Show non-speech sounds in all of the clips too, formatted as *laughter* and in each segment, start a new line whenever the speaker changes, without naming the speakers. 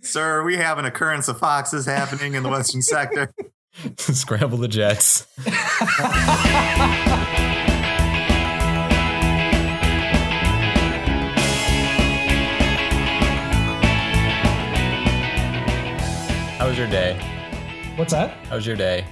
Sir, we have an occurrence of foxes happening in the western sector.
*laughs* Scramble the jets. How was your day?
What's that?
How was your day?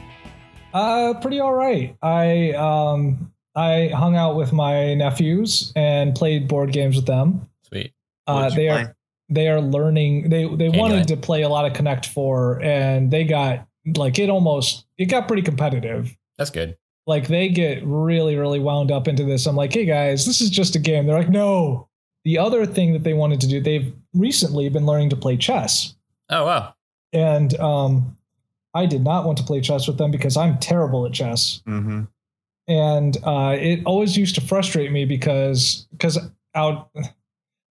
Uh, pretty all right. I um I hung out with my nephews and played board games with them.
Sweet.
*laughs* Uh,
What'd you
they
play?
are they are learning. They they
Candyland.
wanted to play a lot of Connect Four, and they got like it almost it got pretty competitive.
That's good.
Like they get really really wound up into this. I'm like, hey guys, this is just a game. They're like, no. The other thing that they wanted to do, they've recently been learning to play chess.
Oh wow.
and um, I did not want to play chess with them because I'm terrible at chess, *clears throat*
Mm-hmm.
and uh, it always used to frustrate me because because out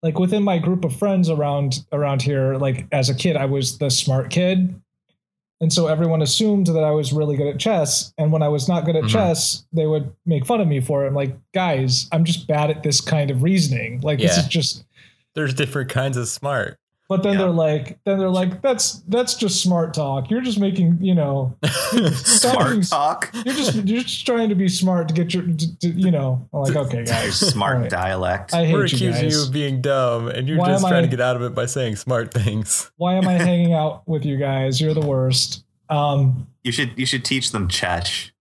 like within my group of friends around around here, like as a kid, I was the smart kid, and so everyone assumed that I was really good at chess. And when I was not good at
Mhm.
Mm-hmm.
chess, they would make fun of me for it. I'm like, guys, I'm just bad at this kind of reasoning. Like this
Yeah.
is just
There's different kinds of smart. *laughs*
but then
Yeah.
they're like, then they're like, that's that's just smart talk. You're just making, you know,
Smart
stopping.
talk.
You're
*laughs*
just you're just trying to be smart to get your, to, to- you know. I'm like, okay, guys,
*laughs* Smart
Alright.
dialect.
I hate
We're
you
accusing
guys.
you of being dumb, and you're
Why
just
am
trying
I-
to get out of it by saying smart things.
Why am I hanging out with you guys? You're the worst. Um,
You should you should teach them Chech.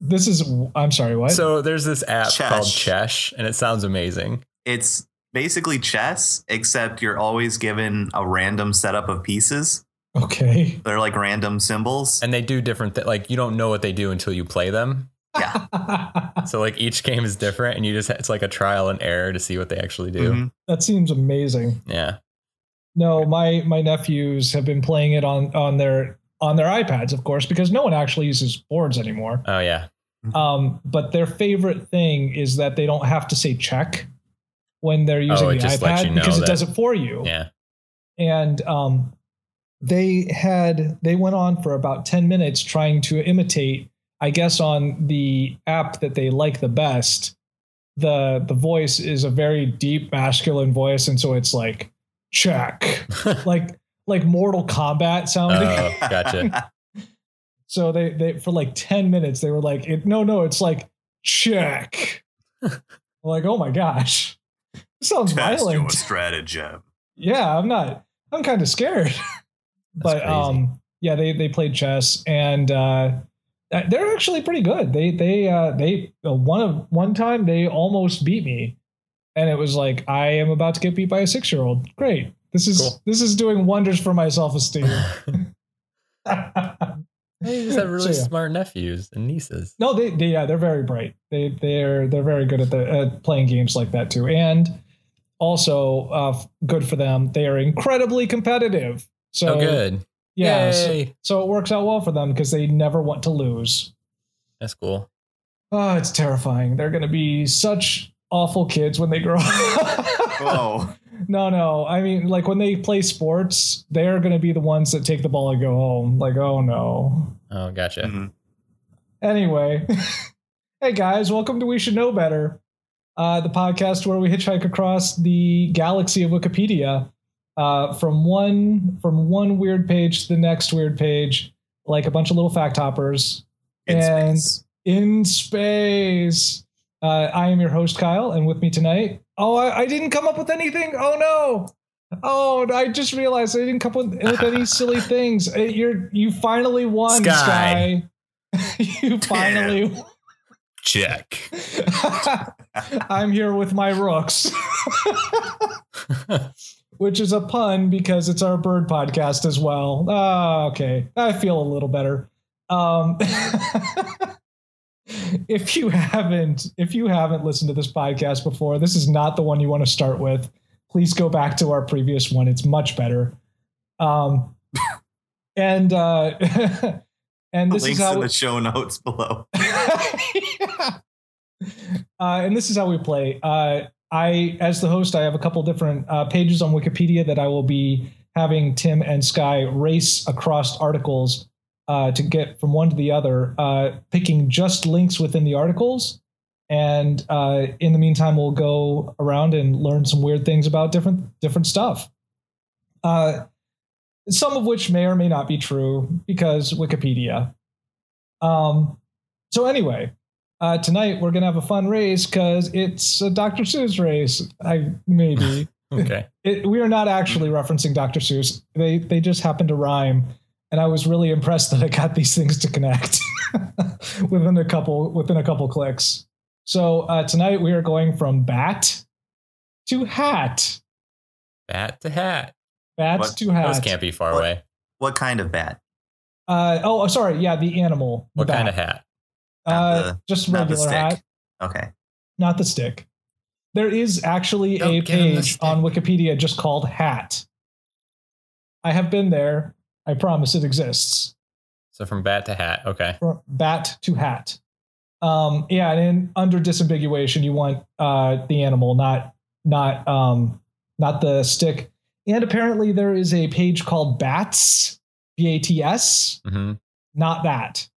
this is. I'm sorry. What?
So there's this app
Chesh.
called Chesh, and it sounds amazing.
It's basically chess, except you're always given a random setup of pieces.
okay. *laughs*
They're like random symbols.
And they do different thi- like you don't know what they do until you play them.
that
So like each game is different, and you just it's like a trial and error to see what they actually do.
Mhm.
Mm-hmm. seems amazing.
Yeah.
No, my my nephews have been playing it on on their on their iPads, of course, because no one actually uses boards anymore.
Oh yeah.
Um, but their favorite thing is that they don't have to say check when they're using
Oh, it
the
just lets
iPad
you know
because it
that-
does it for you. *laughs*
Yeah.
And um, they had they went on for about ten minutes trying to imitate, I guess, on the app that they like the best. the The voice is a very deep masculine voice, and so it's like check, like like Mortal Kombat sounding.
Oh, gotcha.
*laughs* So they they for like 10 minutes they were like, it, no, no, it's like check. I'm like, oh my gosh. This sounds
Test your
violent. *laughs*
stratagem.
Yeah, I'm not I'm kind of scared. *laughs* but
crazy.
um yeah, they they played chess and uh uh, they're actually pretty good. They they uh they uh, one of one time they almost beat me. And it was like I am about to get beat by a 6-year-old. Great. This is
Cool.
this is doing wonders for
*laughs*
my self-esteem. *laughs*
They just have really
So, yeah.
smart nephews and nieces.
No, they, they yeah, they're very bright. They they're they're very good at the at playing games like that too, and also uh, f- good for them. They are incredibly competitive. So
oh, good.
yeah, so,
Yay.
so it works out well for them because they never want to lose.
That's cool.
Oh, it's terrifying. They're going to be such awful kids when they grow *laughs* up.
Whoa.
no, no, I mean like when they play sports, they're going to be the ones that take the ball and go home. Like oh no,
Oh, gotcha.
Mm-hmm.
Mhm.
Anyway, *laughs* hey guys, welcome to We Should Know Better, uh, the podcast where we hitchhike across the galaxy of Wikipedia uh, from one from one weird page to the next weird page, like a bunch of little fact hoppers
In
And-
space.
in space. Uh, I am your host Kyle, and with me tonight. Oh, I, I didn't come up with anything. Oh no. Oh, I just realized I didn't come up with, with any silly things. Uh, You're you finally won,
Sky.
Sky. *laughs* you finally.
Check.
*laughs* I'm here with
*laughs*
my rooks, which is a pun because it's our bird podcast as well. Ah, okay, I feel a little better. Um, *laughs* if you haven't, if you haven't listened to this podcast before, this is not the one you want to start with. Please go back to our previous one; it's much better. Um, *laughs* and uh, *laughs* and this
Links
is how
in the show notes below.
*laughs* Yeah. uh, and this is how we play. Uh, I, as the host, I have a couple different uh, pages on Wikipedia that I will be having Tim and Sky race across articles uh, to get from one to the other, uh, picking just links within the articles. And uh, in the meantime, we'll go around and learn some weird things about different different stuff. Uh, some of which may or may not be true because Wikipedia. Um, so anyway, uh, tonight we're gonna have a fun race because it's a Dr. Seuss race. I
*laughs*
maybe
*laughs* Okay.
it, we are not actually referencing Dr. Seuss. They they just happen to rhyme, and I was really impressed that I got these things to connect *laughs* within a couple within a couple clicks. So uh, tonight we are going from bat to hat,
Bat to hat.
bat
What?
to hat.
Those can't be far
What?
away.
What kind of bat?
Uh, oh, sorry. Yeah, the animal. the
What
bat.
kind of hat?
Uh,
Not the-
just
not the
regular
stick.
hat,
Okay.
not the stick. There is actually
Don't
a
give him the
page
stick.
on Wikipedia just called hat. I have been there. I promise it exists.
So from bat to hat. Okay.
From bat to hat. Um, yeah, and in, under disambiguation, you want uh, the animal, not not um, not the stick. And apparently, there is a page called bats, b a t s,
hmm
not that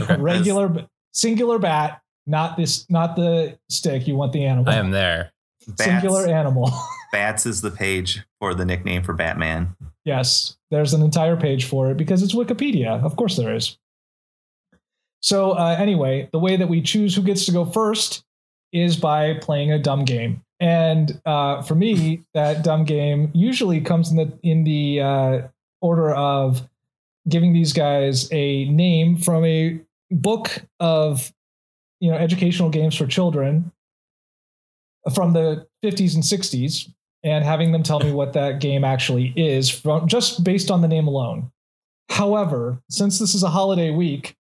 Okay.
*laughs* regular singular bat not this not the stick you want the animal
I am there.
Bats,
singular animal *laughs*
Bats is the page for the nickname for Batman.
yes there's an entire page for it because it's wikipedia of course there is so uh, anyway the way that we choose who gets to go first is by playing a dumb game and uh, for me that dumb game usually comes in the in the uh, order of giving these guys a name from a book of you know educational games for children from the 50s and 60s and having them tell me what that game actually is from just based on the name alone however since this is a holiday week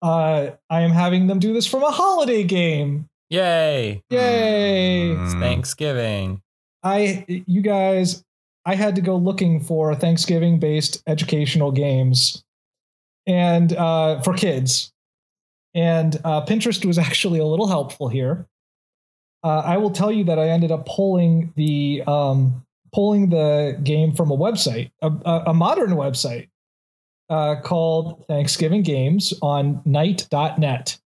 uh, i am having them do this from a holiday game
Yay.
yay
It's
Mm.
Thanksgiving.
I you guys, I had to go looking for Thanksgiving based educational games and uh, for kids. And uh, Pinterest was *laughs* actually a little helpful here. Uh, I will tell you that I ended up pulling the um, pulling the game from a website, a, a, a modern website uh, called Thanksgiving Games on Night.net.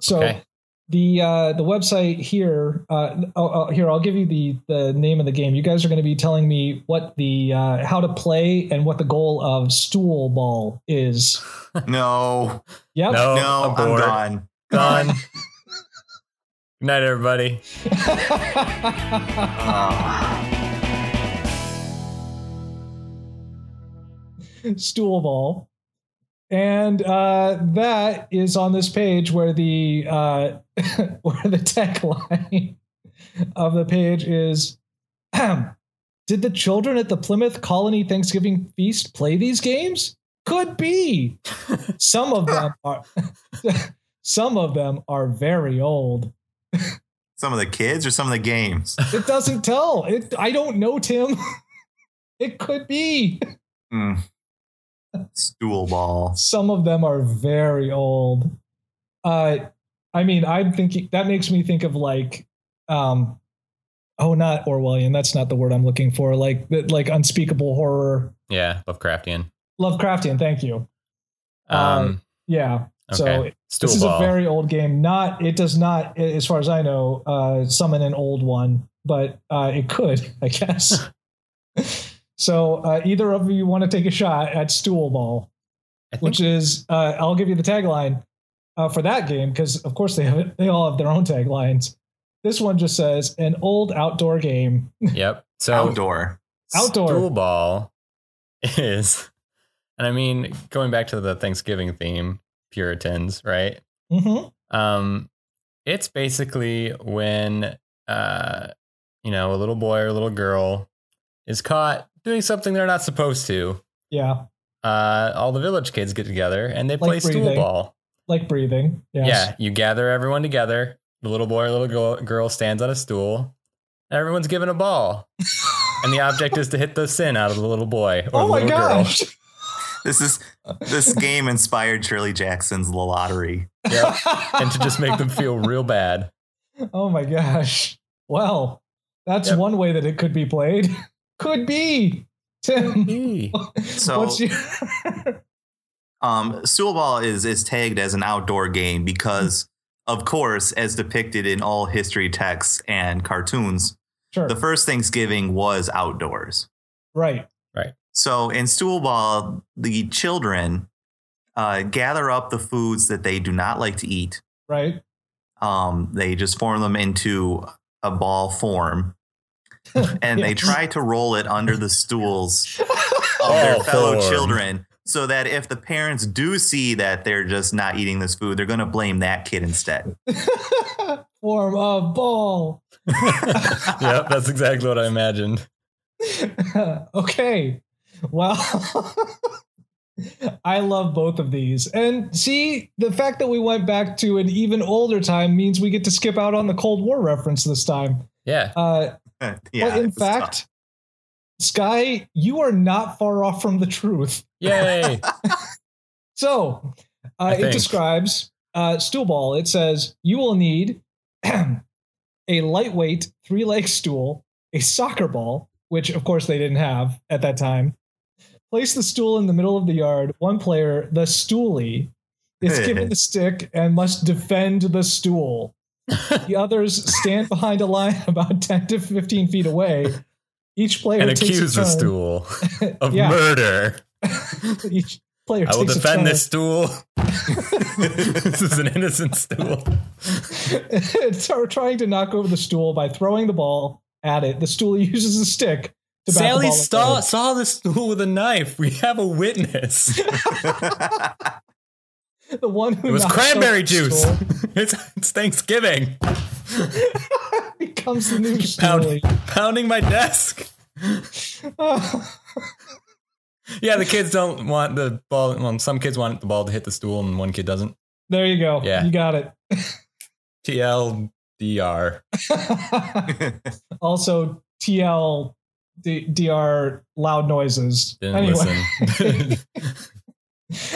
So
Okay.
the uh, the website here uh, oh, oh, here I'll give you the the name of the game. You guys are going to be telling me what the uh, how to play and what the goal of stool ball is.
No,
Yep.
No,
no,
Oh, I'm bored.
I'm gone.
*laughs* Done. Good night, everybody.
*laughs*
Ah.
stool ball. And uh, that is on this page where the uh, *laughs* where the tech line of the page is. Did the children at the Plymouth Colony Thanksgiving feast play these games? Could be. Some of them are. *laughs* some of them are very old.
some of the kids or some of the games?
It doesn't tell. It. I don't know, Tim. *laughs* it could be.
Mm. Stool ball.
some of them are very old. Uh, I mean, I'm thinking that makes me think of like, um, oh, not Orwellian. That's not the word I'm looking for. Like, that- like unspeakable horror,
Yeah, Lovecraftian.
Lovecraftian. Thank you.
Um,
Yeah. so
okay. Stool
this is
ball.
a very old game. Not it does not, a- as far as I know, uh, summon an old one, but uh, it could, I guess. so uh, either of you want to take a shot at stool ball?
I think
which is uh, I'll give you the tagline uh, for that game because of course they have they all have their own taglines. This one just says an old outdoor game.
Yep. So
Outdoor.
Outdoor.
stool ball is, and I mean, going back to the Thanksgiving theme, Puritans, right?
hmm
Um, it's basically when, uh, you know, a little boy or a little girl is caught doing something they're not supposed to.
Yeah,
Uh, all the village kids get together and they
Like
play stool
breathing.
ball.
like breathing. Yes.
Yeah, you gather everyone together. The little boy or little girl, girl stands on a stool. And everyone's given a
*laughs*
ball, and the object is to hit the sin out of the little boy or
Oh
the
my
little
gosh!
This is this game inspired Shirley Jackson's The Lottery.
girl. Yep. *laughs* and to just make them feel real bad.
*laughs* oh my gosh! Well, that's
Yep.
one way that it could be played. *laughs* Could be Tim. *laughs*
So-
what's your
Um, stool ball is is tagged as an outdoor game because, of course, as depicted in all history texts and cartoons,
sure?
the first Thanksgiving was outdoors.
right.
Right.
So in stool ball, the children uh, gather up the foods that they do not like to eat.
right? *laughs*
Um, they just form them into a ball
*laughs*
form, and they try to roll it under the stools of their
Ball
fellow
form.
children. So that if the parents do see that they're just not eating this food, they're going to blame that kid instead. *laughs*
Form of ball.
yep, that's exactly what I imagined.
*laughs* okay. Well, *laughs* I love both of these. And see, the fact that we went back to an even older time means we get to skip out on the Cold War reference this time.
Yeah.
Uh,
yeah,
but in
it's tough.
fact, Sky, you are not far off from the truth. *laughs*
Yay.
So uh,
I
it
think.
describes uh, stool ball. It says you will need *clears throat* a lightweight three leg stool, a soccer ball, which of course they didn't have at that time. Place the stool in the middle of the yard. One player, the stoolie, is given the stick and must defend the stool.
*laughs*
The others stand behind a line *laughs* about 10 to 15 feet away. Each player
and
takes
accuse
a
the
turn.
stool of
Yeah.
murder.
*laughs* Each player
I will
takes a
defend
turn.
this
*laughs*
stool. *laughs* this is an innocent stool.
*laughs* are trying to knock over the stool by throwing the ball at it. The stool *laughs* uses a stick to bat the
Sally
ball
saw,
away.
saw the stool with a knife. We have a witness.
The one who
It was
knocks over
cranberry
the
juice.
stool *laughs*
*laughs* it's, it's Thanksgiving.
becomes the new
Pound,
stool.
pounding my desk. Yeah, the kids don't want the ball. Well, some kids want the ball to hit the stool, and one kid doesn't.
*laughs* there you go.
Yeah.
You got it. *laughs*
TLDR.
also, TL D- DR loud noises.
Didn't
anyway,
listen.
*laughs*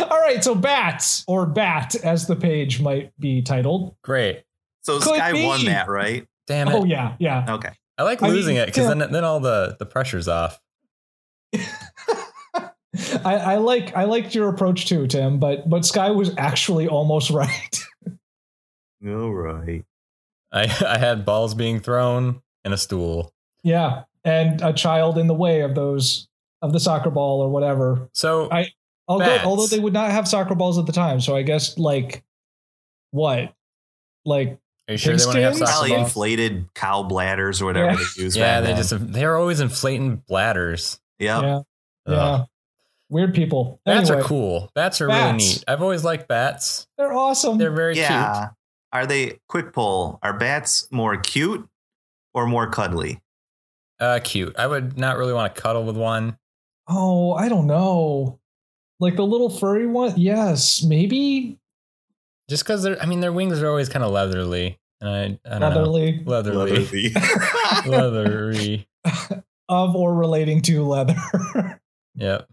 *laughs*
all right. So bats or bat, as the page might be titled.
Great.
*laughs* so
Could
Sky
be.
won that, right?
Damn it.
Oh yeah, yeah.
Okay.
I like
I
losing
mean,
it because
yeah.
then, then all the, the pressure's off.
I, I like I liked your approach too, Tim. But but Sky was actually almost *laughs* right.
All right.
I, I had balls being thrown and a stool.
Yeah, and a child in the way of those of the soccer ball or whatever.
So
I- Although
Bats.
although they would not have soccer balls at the time, so I guess like what like
are you sure they want to have
Pigskins?
soccer
Probably
balls?
inflated cow bladders or whatever
Yeah.
they use.
yeah,
back
they
then.
just they're always inflating bladders.
Yep.
yeah
Ugh.
yeah weird people.
Bats
anyway,
are cool. Bats are really
Bats.
neat. I've always liked bats.
They're awesome.
They're very
yeah. Are they quick poll? Are bats more cute or more cuddly?
cute. Uh, cute. I would not really want to cuddle with one.
oh, I don't know. Like the little furry one. Yes, maybe
Just because they're, I mean, their wings are always kind of leathery, and I, I don't
leatherly
know, leathery, *laughs* leathery.
*laughs* of or relating to leather. *laughs*
Yep.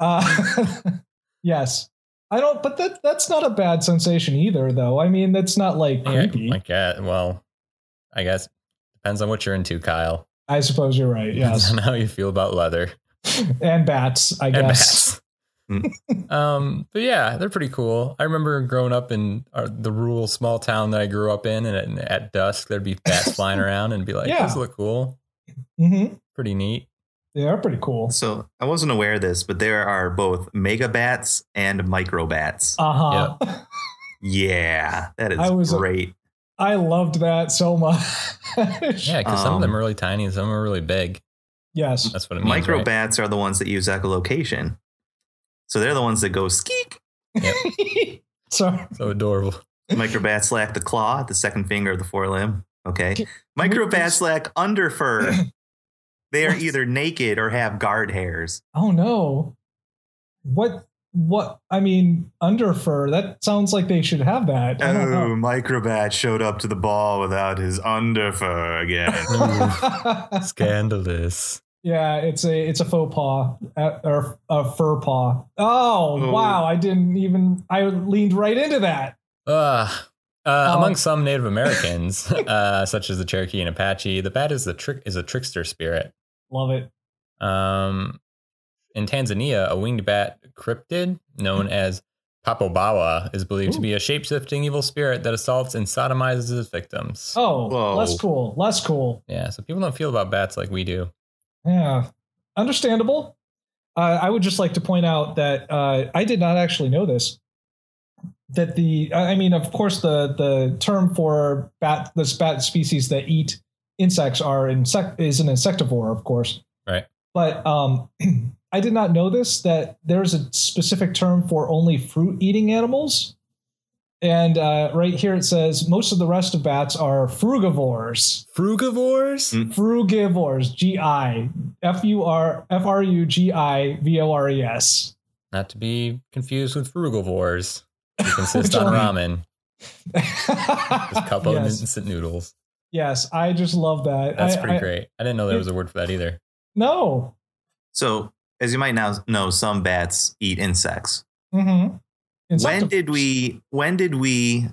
Uh, *laughs* yes. I don't, but that that's not a bad sensation either, though. I mean, that's not like
Yeah,
creepy.
I guess. Well, I guess depends on what you're into, Kyle. *laughs*
I suppose you're right. Yes,
Depends on how you feel about leather
and bats. I
and
guess. *laughs*
bats. um, but yeah, they're pretty cool. I remember growing up in uh, the rural small town that I grew up in, and at, at dusk there'd be bats flying
*laughs*
around, and be like,
Yeah.
"Those look cool,
hmm
pretty neat."
They are pretty cool.
So I wasn't aware of this, but there are both mega bats and micro bats.
Uh huh.
yeah, that is
I was-
great.
*laughs* I loved that so much.
Yeah, because some of
Um,
them are really tiny, and some are really big.
Yes.
That's what it means.
Micro
right?
bats are the ones that use echolocation. So they're the ones that go skeek.
*laughs* Sorry.
So adorable.
*laughs*
Micro bats lack the claw, the second finger of the forelimb. Okay.
Can-
Micro
we
bats
just-
lack
*coughs*
underfur. They are
What?
either naked or have guard hairs.
Oh no. What? What? I mean, under fur. That sounds like they should have that. I don't know.
Oh, Microbat showed up to the ball without his underfur
*laughs*
again.
Oh. Scandalous.
Yeah, it's a it's a faux paw uh, or a fur paw. Oh,
Oh.
wow! I didn't even I leaned right into that.
Uh, uh,
Um,
among some Native Americans, *laughs* uh, such as the Cherokee and Apache, the bat is the trick is a trickster spirit.
Love it.
Um, in Tanzania, a winged bat cryptid known
Hmm.
as Papobawa is believed to be a shapeshifting evil spirit that assaults and sodomizes its victims.
Oh,
Whoa.
less cool, less cool.
Yeah, so people don't feel about bats like we do.
Yeah, understandable. Uh, I would just like to point out that uh, I did not actually know this. That the I I mean, of course, the the term for bat this bat species that eat insects are insect is an insectivore, of course.
Right.
But um, *clears throat* I did not know this that there's a specific term for only fruit eating animals. And uh, right here it says most of the rest of bats are frugivores.
Frugivores?
Mm.
Frugivores, G I F U R F R U G I V O R E S.
Not to be confused with frugivores, who consist
*laughs* Which
on
are-
ramen, just cup of
*laughs* yes.
instant noodles.
yes, I just love that.
That's
I-
pretty
I-
great. I didn't know there was a word for that either.
No.
So, as you might now know, some bats eat insects.
Mm-hmm.
When did we? When did we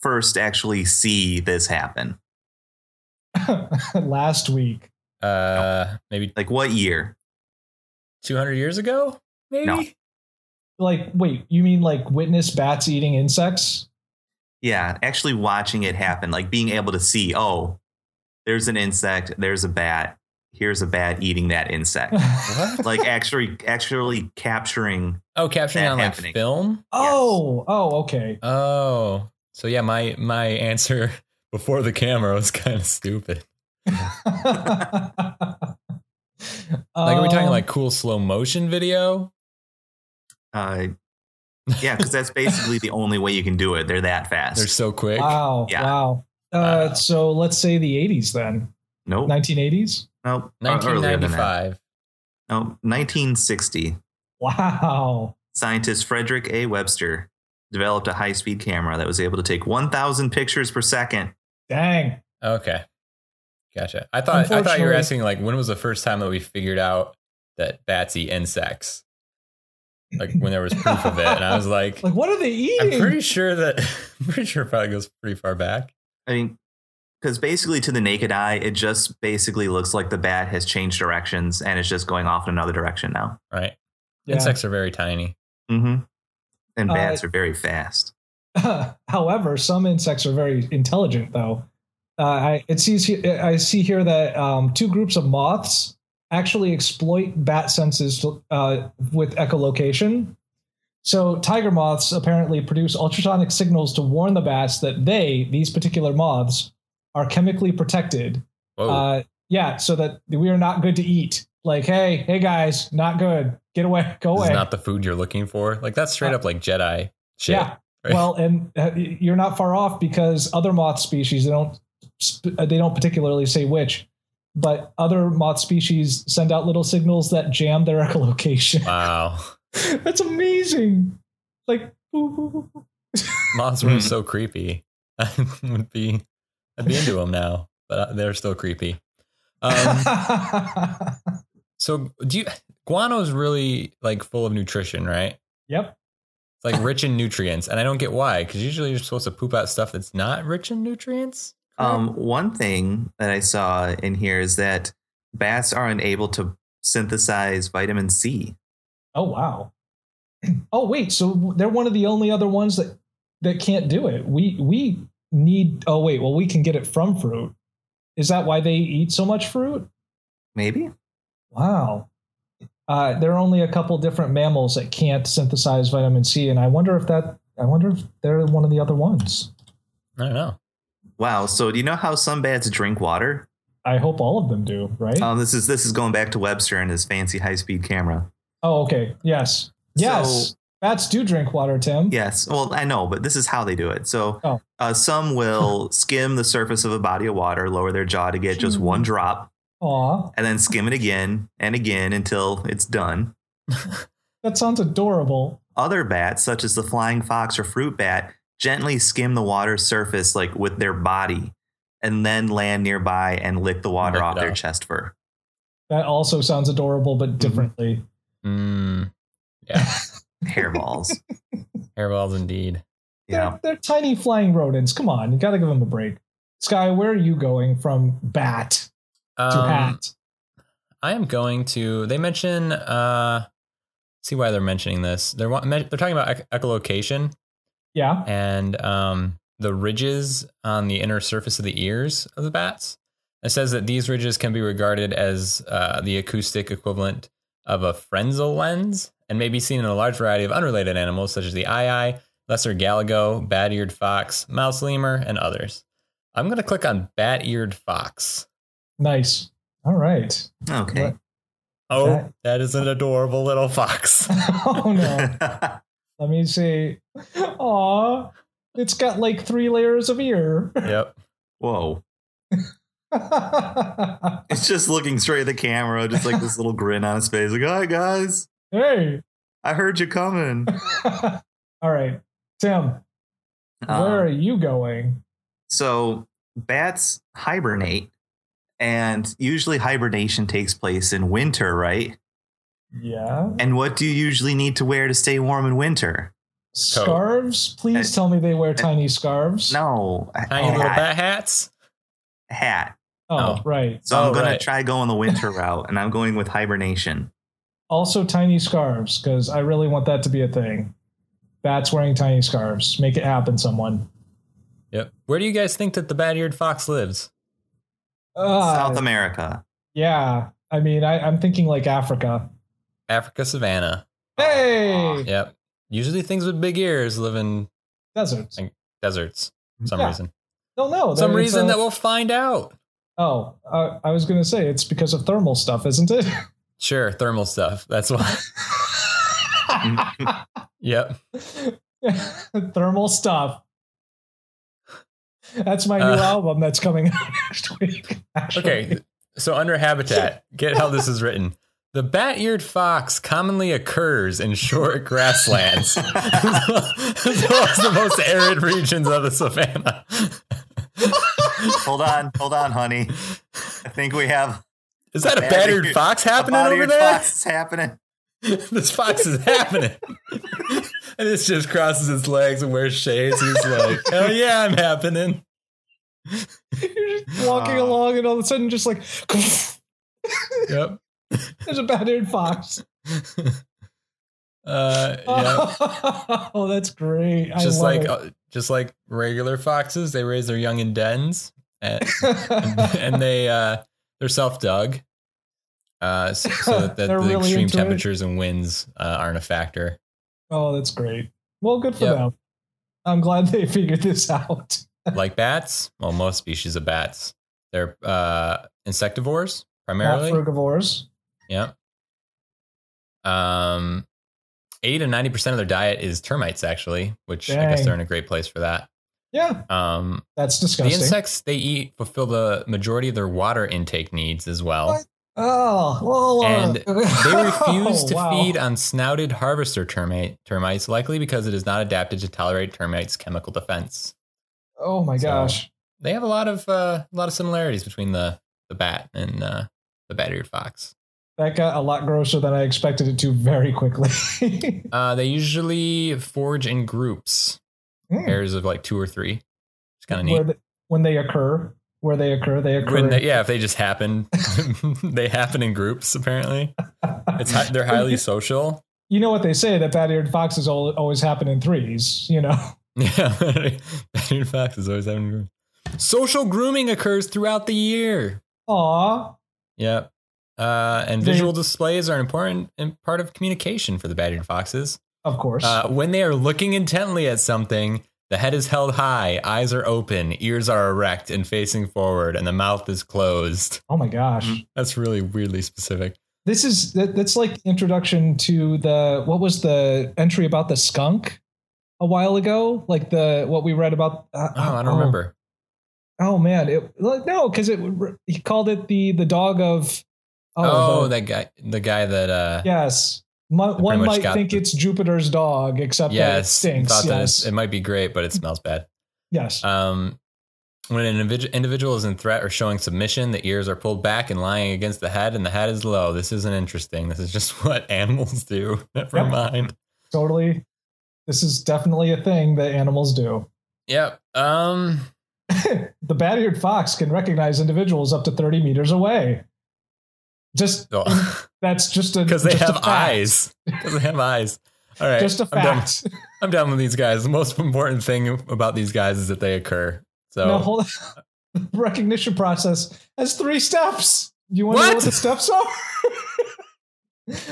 first actually see this happen?
*laughs* last week?
Uh, maybe
Like what year?
200 years ago? Maybe?
No.
Like, wait, you mean like witness bats eating insects?
Yeah, actually watching it happen, like being able to see, oh, there's an insect, there's a bat, here's a bat eating that insect.
*laughs*
What?
like actually actually capturing
Oh, capturing
That
on like
happening.
film?
Oh, oh, okay. *laughs*
Oh. So yeah, my my answer *laughs* before the camera was kind of stupid. Like are we talking
Um,
like cool slow motion video?
uh yeah, because that's basically the only way you can do it. They're that fast.
They're so quick.
Wow,
Yeah.
wow. Uh,
Wow.
So let's say the 80s then,
nope.
1980s.
nope. or earlier than that.
1995.
Nope. 1960.
Wow.
Scientist Frederick A. Webster developed a high speed camera that was able to take 1,000 pictures per second.
Dang.
Okay. Gotcha. I thought I thought you were
Unfortunately-
asking like when was the first time that we figured out that bats eat insects? Like when there was proof of it. And I was like,
Like, what are they
I'm
eating?
pretty sure that *laughs* I'm pretty sure it probably goes pretty far back.
I mean, because basically to the naked eye, it just basically looks like the bat has changed directions and it's just going off in another direction now.
Right.
Yeah.
Insects are very tiny.
Mm-hmm. And
Uh,
bats are very fast.
*laughs* However, some insects are very intelligent, though. Uh, I it sees he- I see here that um, two groups of moths actually exploit bat senses uh, with echolocation. So tiger moths apparently produce ultrasonic signals to warn the bats that they, these particular moths, are chemically protected.
Whoa.
Uh, yeah, so that we are not good to eat. Like, hey, hey guys, not good. Get away, go
this
away.
is not the food you're looking for. Like that's straight
Uh,
up like Jedi shit.
Yeah.
right?
Well, and uh, you're not far off because other moth species they don't sp- uh, they don't particularly say which, but other moth species send out little signals that jam their *laughs* echolocation.
Wow. *laughs*
That's amazing. Like ooh, ooh, ooh.
Moths were
Hmm.
so creepy. *laughs* I would be I'd be into them now, but uh, they're still creepy. Um
*laughs* Um,
So do you guano's really like full of nutrition, right?
yep.
It's like rich in nutrients, and I don't get why because usually you're supposed to poop out stuff that's not rich in nutrients.
Um, one thing that I saw in here is that bats are unable to synthesize vitamin C.
Oh wow. *clears throat* Oh wait, so they're one of the only other ones that that can't do it. We we need. Oh wait, well we can get it from fruit. Is that why they eat so much fruit?
Maybe?
Wow. Uh, there are only a couple different mammals that can't synthesize vitamin C, and I wonder if that I wonder if they're one of the other ones.
I don't know.
Wow. So do you know how some bats drink water?
I hope all of them do, right?
Um, this is this is going back to Webster and his fancy high speed camera.
oh, okay. Yes. Yes.
So-
Bats do drink water, Tim.
Yes. Well, I know, but this is how they do it. So
Oh.
uh, some will *laughs* skim the surface of a body of water, lower their jaw to get just one drop,
Aw.
and then skim it again and again until it's done.
That sounds adorable.
Other bats, such as the flying fox or fruit bat, gently skim the water surface like with their body and then land nearby and lick the water
Lick it
off their
off.
chest fur.
That also sounds adorable,
Mm-hmm.
but differently.
Mm,
Hairballs.
hairballs indeed.
yeah.
They're, they're tiny flying rodents. Come on, you got to give them a break. Sky, where are you going from bat to
Um,
hat?
I am going to. They mention. Uh, see why they're mentioning this. They're wa- men- they're talking about ec- echolocation
Yeah.
and um, the ridges on the inner surface of the ears of the bats. It says that these ridges can be regarded as uh, the acoustic equivalent of a Frenzel lens and may be seen in a large variety of unrelated animals such as the eye lesser galago, bat eared fox, mouse lemur, and others. I'm going to click on bat eared fox.
Nice. All right. *laughs*
Okay.
Oh,
Bat-
that is an adorable little fox.
*laughs* oh no. Let me see. Aw. It's got like three layers of ear. *laughs*
yep.
*laughs* Whoa.
hey.
It's just looking straight at the camera, just like this little grin on his face. Like, hi, guys. I heard you coming.
*laughs* All right. Tim,
Um,
where are you going?
So bats hibernate, and usually hibernation takes place in winter, right?
Yeah.
And what do you usually need to wear to stay warm in winter?
Scarves? Please tell me they wear tiny scarves.
No, a
Tiny little
hat.
bat hats.
hat.
Oh,
No.
right.
So
Oh,
I'm gonna
right.
try going the
*laughs*
winter route, and I'm going with hibernation.
Also, tiny scarves, because I really want that to be a thing. Bats wearing tiny scarves. Make it happen, someone.
Yep. Where do you guys think that the bat eared fox lives?
Uh,
South America.
Yeah. I mean, I, I'm thinking like Africa.
Africa savannah.
Hey,
Yep. Usually things with big ears live in
deserts.
Like- deserts. for Some
Yeah.
reason.
Don't know.
Some
There- it's uh,
reason
a-
that we'll find out.
Oh, uh, I was gonna say it's because of thermal stuff, isn't
*laughs*
it? *laughs*
Sure, thermal stuff. That's why. yep.
thermal stuff. That's my new
Uh.
album that's coming *laughs* out next week. actually.
Okay. So under habitat, get how this is written. The bat-eared fox commonly occurs in short grasslands, as well as well as the most arid regions of the savannah.
Hold on, hold on, honey. I
*laughs*
think we have
Is that a
Bat-eared-
bat-eared fox happening
a
over there?
fox is happening.
*laughs* This fox is happening, *laughs* and it just crosses its legs and wears shades. And he's like, "Oh yeah, I'm happening."
You're just walking
Uh.
along, and all of a sudden, just like *laughs*
Yep. *laughs*
there's a bad-eared fox.
Uh, yeah.
*laughs* Oh, that's great. I
just
love
like
it.
uh, just like regular foxes, they raise their young in dens, and, and they uh, they're self dug, uh, s- so
*laughs*
that, that the
They're really
extreme
into it.
temperatures and winds uh, aren't a factor.
*laughs* oh, that's great. Well, good for
Yep.
them. I'm glad they figured this out.
Like bats, well, most species of bats, they're uh, insectivores
Not
primarily.
frugivores.
Yeah. Um, eighty to ninety percent of their diet is termites, actually, which I guess
Dang.
they're in a great place for that.
Yeah,
Um,
that's
The
disgusting.
insects they eat fulfill the majority of their water intake needs as well.
What? oh, well, uh, *laughs*
And They refuse
oh,
to
wow.
feed on snouted harvester termite termites, likely because it is not adapted to tolerate termites' chemical defense.
Oh my
So-
gosh.
They have a lot of uh, a lot of similarities between the the bat and uh, the bat-eared fox.
That got a lot grosser than I expected it to very quickly. *laughs*
Uh, they usually forage in groups,
Hmm.
pairs of like two or three. It's kind of
Where
neat.
the- when they occur, where they occur, they occur.
When they, yeah, if they just happen, *laughs* they happen in groups. Apparently, it's hi- they're highly social.
*laughs*
*laughs*
you know what they say that bat-eared foxes al- always happen in threes. You know, *laughs*
Yeah, Pattern Fox is always having grooming. Social grooming occurs throughout the year.
aw,
Yep. Uh, and
They-
visual displays are an important im- part of communication for the battered foxes.
of course.
Uh, when they are looking intently at something, the head is held high, eyes are open, ears are erect and facing forward, and the mouth is closed. *laughs*
oh my gosh,
Mm.
That's really weirdly specific.
this is that, that's like introduction to the what was the entry about the skunk a while ago? Like the what we read about. Uh,
Oh, I don't remember.
Oh man, it like no, because it he called it the the dog of
Oh,
the-
that guy, the guy that, uh,
yes. Mo-
pretty
one
much
might
got
think
the-
it's Jupiter's dog, except that it
yes,
stinks.
thought that
Yes,
it's- it might be great, but it smells bad.
yes.
Um, when an individ- individual is in threat or showing submission, the ears are pulled back and lying against the head, and the head is low. This isn't interesting. This is just *laughs* what animals do. *laughs* Never
Yep.
mind.
totally. This is definitely a thing that animals do.
Yep. Um.
The bat-eared fox can recognize individuals up to thirty meters away. Just
Because
that's
*laughs*
just a
Oh. they
*laughs* just a
have
fact.
eyes. Because they have eyes. All right.
Just a
I'm done.
fact.
*laughs* I'm done with these guys. The most important thing about these guys is that they occur. So
No, hold on. *laughs* The recognition process has three steps. You want to know
*laughs* What?
what the steps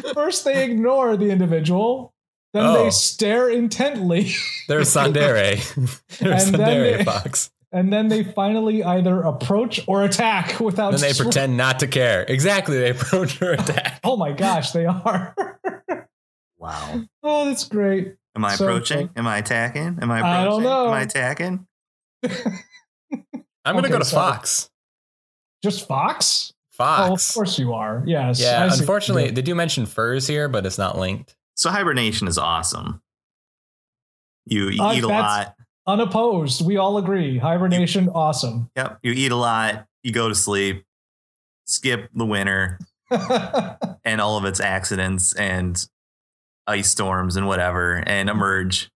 are? First, they ignore the individual. Then
Oh.
they stare intently,
They're Sandere.
*laughs*
*laughs* They're
And then
Sandere
they-
fox.
and then they finally either approach or attack without. *laughs*
Then they
str-
pretend not to care. Exactly. They *laughs* approach
*laughs*
or attack.
Oh my gosh, they are. *laughs*
Wow.
oh, that's great.
Am I
So-
approaching? Am I attacking? Am I approaching?
I don't know.
Am I attacking?
I'm going to
Okay,
go to
so-
Fox.
Just fox? Oh, of
Fox.
course you are. Yes. I
yeah.
see what you
Unfortunately,
did.
they do mention furs here, but it's not linked.
So hibernation is awesome. You, you
Uh,
eat a
that's-
lot.
unopposed. We all agree. Hibernation, awesome. *laughs*
Yep. You eat a lot. You go to sleep. Skip the winter and all of its accidents and ice storms and whatever, and emerge.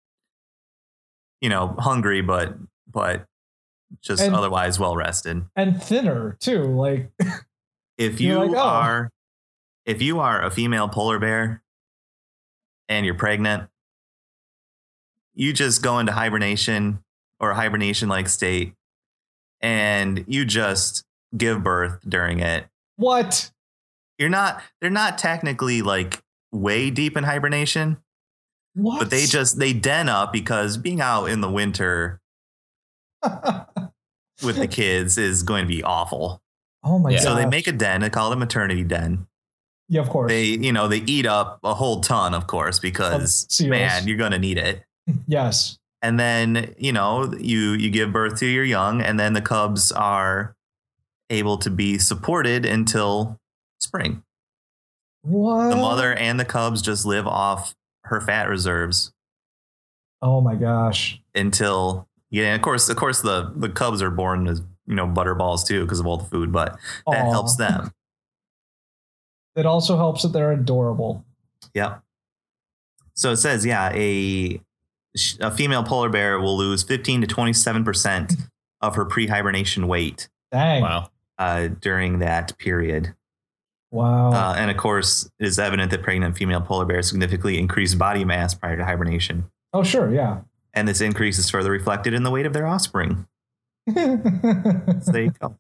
You know, hungry, but but just
And-
otherwise well rested.
and thinner too. Like *laughs*
if you
You're like, oh.
are if you are a female polar bear and you're pregnant you just go into hibernation or hibernation like state and you just give birth during it
what?
you're not they're not technically like way deep in hibernation
What?
but they just they den up because being out in the winter
*laughs*
with the kids is going to be awful
oh my
Yeah.
god!
so they make a den they call it a maternity den
yeah, of course.
they you know they eat up a whole ton of course
Of
because
seals.
man you're gonna need it
yes,
and then you know you you give birth to your young and then the cubs are able to be supported until spring
what
the mother and the cubs just live off her fat reserves
Oh my gosh!
until yeah and of course of course the the cubs are born as you know butterballs too because of all the food but that
Aw.
helps them
It also helps that they're adorable.
Yep. So it says, yeah, a sh- a female polar bear will lose 15 to 27 percent of her pre-hibernation weight
Dang! Wow!
Wow.
uh, during that period.
Oh.
Uh, and of course, it is evident that pregnant female polar bears significantly increase body mass prior to hibernation,
oh sure, yeah.
*laughs* and this increase is further reflected in the weight of their offspring. So there you go.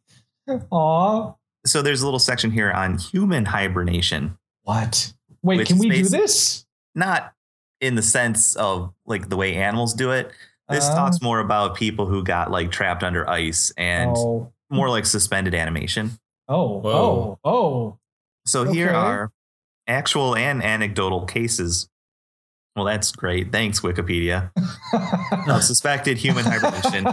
Aw,
So there's a little section here on human hibernation,
what? Wait,
Which
can we
space-
do this?
not in the sense of like the way animals do it. This
Uh,
talks more about people who got like trapped under ice and
oh,
more like suspended animation.
oh,
Whoa.
oh, oh,
So here
Okay.
are actual and anecdotal cases. Well, that's great. Thanks, Wikipedia.
*laughs* Oh.
Of suspected human hibernation.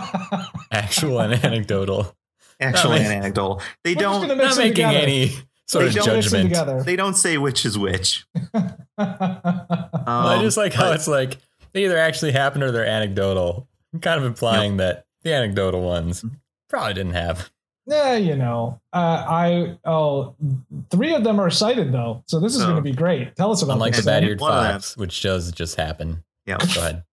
Actual
*laughs*
and anecdotal.
Actual
I mean-
and anecdotal. They
We're just gonna
don't
mix
Not
them
making
together.
any sort
They
of
don't
Mix them
judgment.
together.
they don't say which is
*laughs*
which.
yeah,
Um,
Well, I just like how
but
it's like they either actually happened or they're anecdotal, kind of implying that the anecdotal ones probably didn't happen.
you know, uh, I oh, three of them are cited though, so this is
So-
going to be great. Tell us about
Unlike the
this.
bad eared
One of them.
fox, which does just happen.
Yeah.
Go ahead.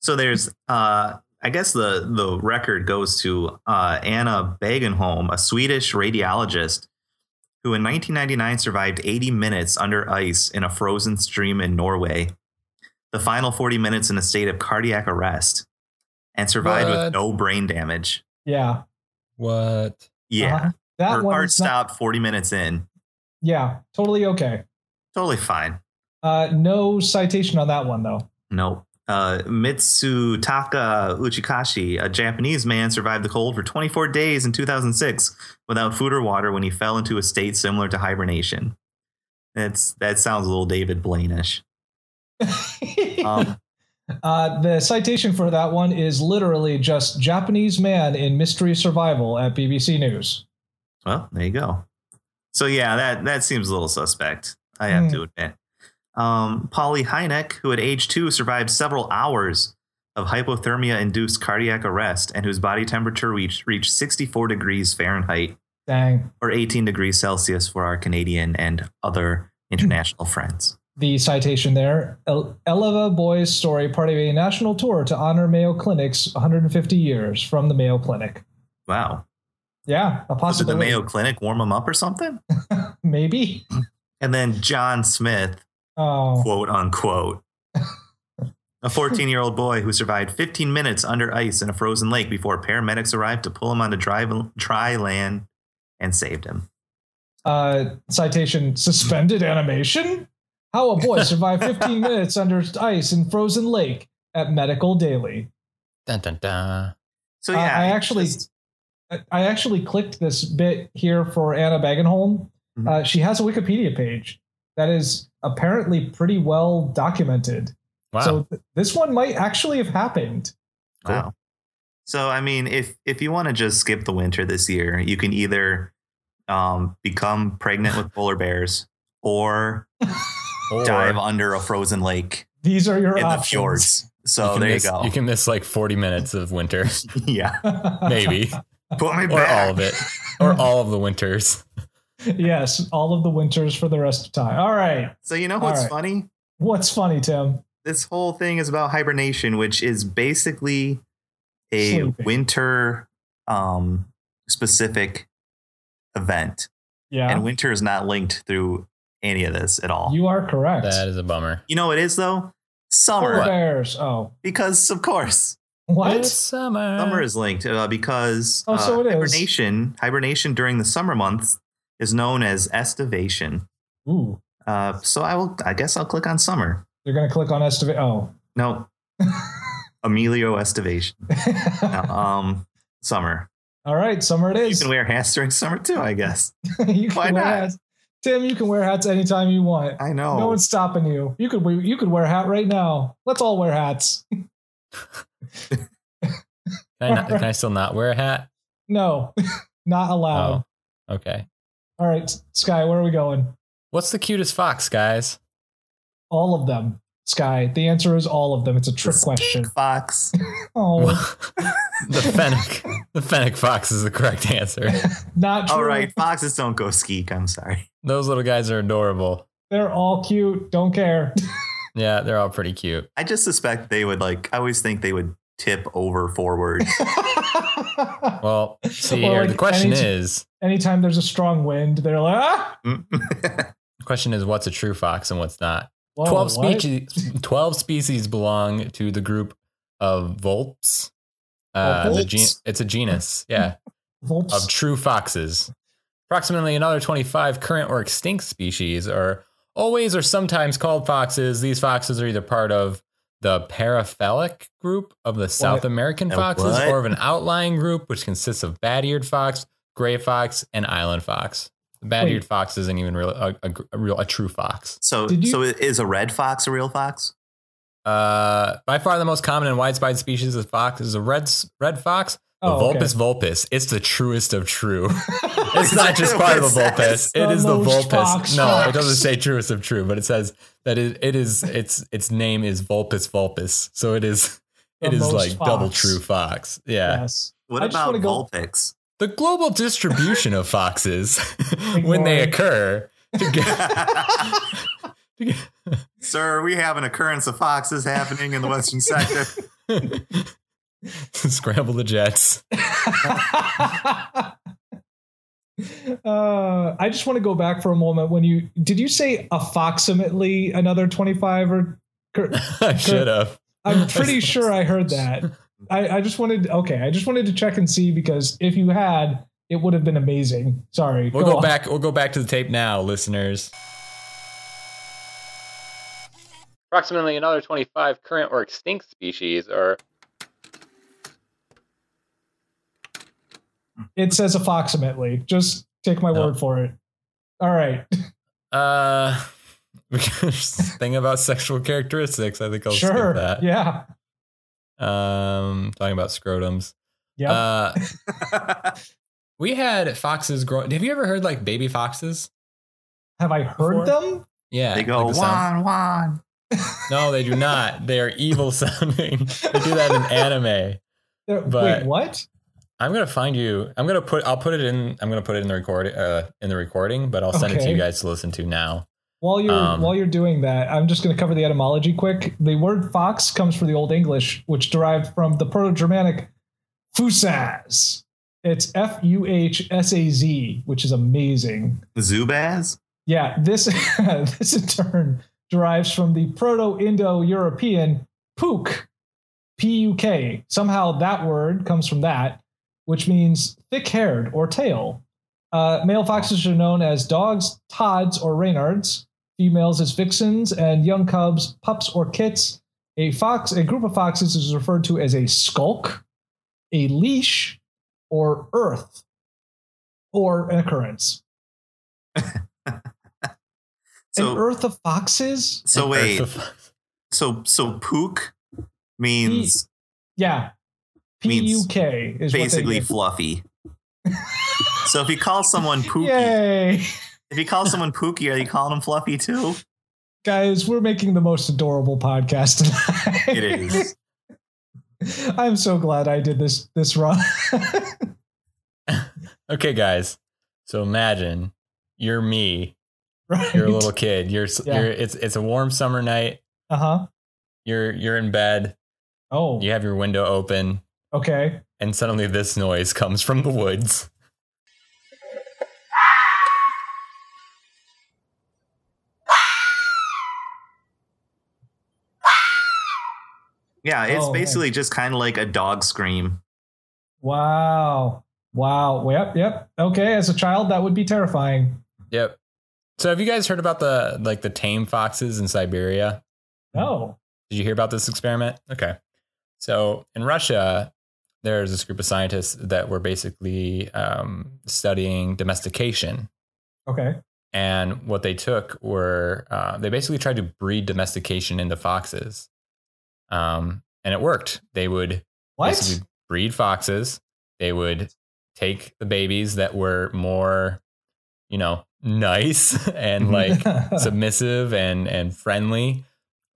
So there's uh I guess the the record goes to uh Anna Bagenholm, a Swedish radiologist who in 1999 survived 80 minutes under ice in a frozen stream in Norway. The final 40 minutes in a state of cardiac arrest and survived
What?
with no brain damage.
yeah,
What?
Yeah.
uh-huh. that
Her
one
heart
is not-
stopped 40 minutes in.
yeah, totally okay.
Totally fine.
Uh, no citation on that one though.
Nope. Uh, Mitsutaka Uchikashi, a Japanese man, survived the cold for 24 days in 2006 without food or water when he fell into a state similar to hibernation. That's that sounds a little David Blaine-ish. *laughs* Um,
uh, the citation for that one is literally just Japanese man in mystery survival at BBC News.
well, there you go. So yeah, that that seems a little suspect. I have to admit. Um, Polly Hynek, who at age two survived several hours of hypothermia-induced cardiac arrest and whose body temperature reached reached 64 degrees Fahrenheit.
Dang,
or 18 degrees Celsius for our Canadian and other
Hmm.
international friends.
the citation there. El- Eleva Boys Story, part of a national tour to honor Mayo Clinic's 150 years from the Mayo Clinic.
Wow. So
Yeah, a
Did the
possibility.
Mayo Clinic warm them up or something?
Maybe.
And then John Smith,
Oh,
quote
*laughs*
unquote, a 14 year old boy who survived 15 minutes under ice in a frozen lake before paramedics arrived to pull him onto dry, dry land and saved him.
uh, citation suspended animation. How a boy
*laughs*
survived 15 minutes under ice in frozen lake at Medical Daily.
Dun, dun, dun.
So
Uh,
yeah,
I
it's
actually-
just-
I- I actually clicked this bit here for Anna Baggenholm.
Mhm.
Uh, she has a Wikipedia page that is apparently pretty well documented.
Wow.
So th- this one might actually have happened.
Cool.
Wow. So I mean, if if you want to just skip the winter this year, you can either um, become pregnant with polar bears or,
Or
dive under a frozen lake
These are your
in the
options. *laughs*
fjords. So
can
there
miss-
you go.
You can miss like 40 minutes of
*laughs*
winter, *laughs*
yeah,
maybe,
put me
or
back.
all of it, or all of the winters.
yes, all of the winters for the rest of time. All right.
So you know what's
All right.
funny?
What's funny, Tim?
This whole thing is about hibernation, which is basically a
Sleeping.
winter um, specific event,
Yeah.
and winter is not linked through any of this at all. You,
you are correct.
That is a bummer.
know what it is though? Summer,
Polar bears. Oh.
because of course.
What?
It's summer.
Summer is linked uh, because
Oh, so
uh,
it is.
hibernation hibernation during the summer months is known as estivation.
Ooh.
Uh, so I will, I guess I'll click on summer.
You're gonna click on estivate. Oh. *laughs*
No, Emilio estivation. No, um, summer.
*laughs* All right, summer it
You
is.
can wear hats during summer too, I guess.
*laughs* you can
Why
wear
not? Oh.
hats. Tim, you can wear hats anytime you want.
I
No
know.
one's stopping you. You could we- you could wear a hat right now. Let's all wear hats. *laughs*
Can I, not, can I still not wear a hat?
No, *laughs* not allowed.
Oh, okay.
All right, Sky, where are we going?
What's the cutest fox, guys?
All of them, Sky. The answer is all of them. It's a
The
trick question.
stink
*laughs*
fox.
Oh,
*laughs* the fennec. The fennec fox is the correct answer.
not true.
All right, foxes don't go skeek. I'm sorry.
Those little guys are adorable.
They're all cute. Don't
*laughs*
care.
Yeah, they're all pretty cute.
I just suspect they would like. I always think they would tip over
*laughs*
forward. *laughs*
Well, see
Well,
here.
like,
the question
any-
is,
Anytime there's a strong wind, they're like, ah,
the question is, what's a true fox and what's not?
Whoa,
Twelve
what?
species. Twelve species belong to the group of volps. Uh, the
Volps?
gen- it's a genus. Yeah,
Volps.
of true foxes. Approximately another 25 current or extinct species are always or sometimes called foxes. These foxes are either part of the paraphilic group of the South American
A
foxes
what?
or of an outlying group which consists of bat eared fox, gray fox, and island fox. The bat eared
Wait.
fox isn't even real, a, a, a real a true fox.
so,
Did you-
so is a red fox a real fox?
Uh, by far the most common and widespread species of fox is a red s- red fox. The
Oh, okay.
Vulpes vulpes. It's the truest of true. *laughs* It's not just part of the
It
vulpes.
says
It
the
is the vulpes.
most fox
No,
fox.
it doesn't say truest of true, but it says that it, it is its its name is vulpes vulpes. So it is
The
it is
most
like double
fox.
true fox. Yeah.
Yes. *laughs*
What
I just
about
wanna go-
Vulpix? *laughs*
The global distribution of foxes *laughs* when they occur
Ignore.
together.
Sir, we have an occurrence of foxes happening in the western sector.
*laughs* Scramble the jets.
uh, I just want to go back for a moment. When you did you say approximately another twenty five or? cur-
I should have. *laughs*
I'm pretty sure I heard that. I, I just wanted okay. I just wanted to check and see because if you had, it would have been amazing. Sorry.
We'll go
on.
back. We'll go back to the tape now, listeners. Approximately another 25 current or extinct species are.
It says approximately. Just take my
No.
word for it. All right.
Uh, *laughs* thing about sexual characteristics. I think
*laughs*
I'll
sure.
skip that.
Yeah.
Um, talking about scrotums.
Yeah.
Uh, we had foxes growing. Have you ever heard like baby foxes?
have I heard
before?
them?
Yeah,
they go
like the sound-
wan wan.
No, they do not. They are evil sounding. they do that in anime.
They're-
But-
wait, what?
I'm gonna find you. I'm gonna put. I'll put it in. I'm gonna put it in the record uh, in the recording, but I'll send it to
Okay.
you guys to listen to now.
While you're
Um,
while you're doing that, I'm just going to cover the etymology quick. The word fox comes from the Old English, which derived from the Proto-Germanic "fusaz." It's F U H S A Z, which is amazing.
Zubaz?
Yeah, this *laughs* this in turn derives from the Proto-Indo-European "puk," P U K. Somehow that word comes from that, which means thick-haired or tail. Uh, male foxes are known as dogs, tods, or reynards. females as vixens, and young cubs, pups, or kits. A fox, a group of foxes is referred to as a skulk, a leash, or earth, or an occurrence. an
So
earth of foxes?
*laughs*
so wait.
Earth of-
So so pook means
Yeah. P
Means
U K is
basically
what *laughs*
fluffy. so if you call someone
they
pooky,
did. Yay.
if you call someone pooky, are you calling them fluffy too?
Guys, we're making the most adorable podcast *laughs* tonight.
It is.
*laughs* I'm so glad I did this this run. *laughs*
okay, guys. So imagine you're me.
right. *laughs*
You're a little kid. You're, s
Yeah.
you're it's it's a warm summer night.
Uh-huh.
You're you're in bed.
Oh.
You have your window open,
Okay.
and suddenly this noise comes from the woods.
Yeah, it's
Oh, man.
basically just kind of like a dog scream.
Wow. Wow. Yep, yep. Okay, as a child that would be terrifying.
Yep. So have you guys heard about the like the tame foxes in Siberia?
No.
Did you hear about this experiment? Okay. So in Russia, there's this group of scientists that were basically um, studying domestication.
Okay.
And what they took were uh, they basically tried to breed domestication into foxes. Um, and it worked. They would
What?
basically breed foxes. They would take the babies that were more, you know, nice *laughs* and
*laughs*
like submissive and and friendly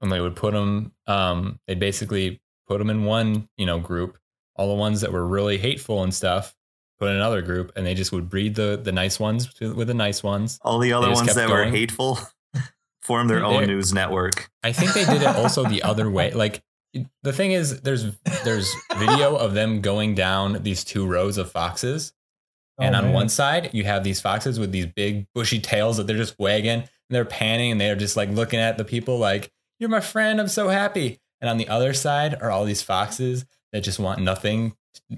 and they would put them um they basically put them in one you know group all the ones that were really hateful and stuff put in another group and they just would breed the the nice ones to, with the nice ones
All the other
They just
ones
kept
that were
going.
hateful *laughs* formed their own
They-
news network.
i think they did it also the other way like the thing is there's there's video of them going down these two rows of foxes
Oh,
and on
man.
one side, you have these foxes with these big bushy tails that they're just wagging and they're panning and they're just like looking at the people like, You're my friend, I'm so happy. And on the other side are all these foxes that just want nothing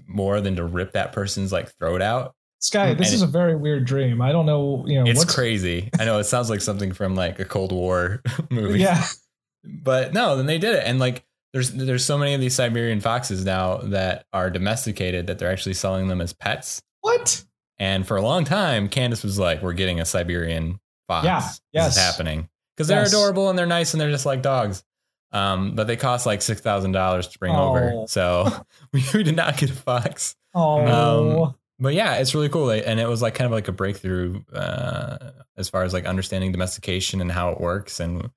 more than to rip that person's like throat out.
Sky, this
and
is a very weird dream. I don't know, you know,
It's
what's
crazy. I know it sounds like something from like a Cold War *laughs* movie.
Yeah. *laughs*
But no, then they did it. And like there's there's so many of these Siberian foxes now that are domesticated that they're actually selling them as pets.
What?
And for a long time, Candace was like, "We're getting a Siberian fox.
Yeah, yes.
this is happening because they're
Yes.
adorable and they're nice and they're just like dogs." Um, but they cost like six thousand dollars to bring
Oh.
over, so *laughs* we, we did not get a fox.
Oh.
Um, But yeah, it's really cool, and it was like kind of like a breakthrough uh, as far as like understanding domestication and how it works. And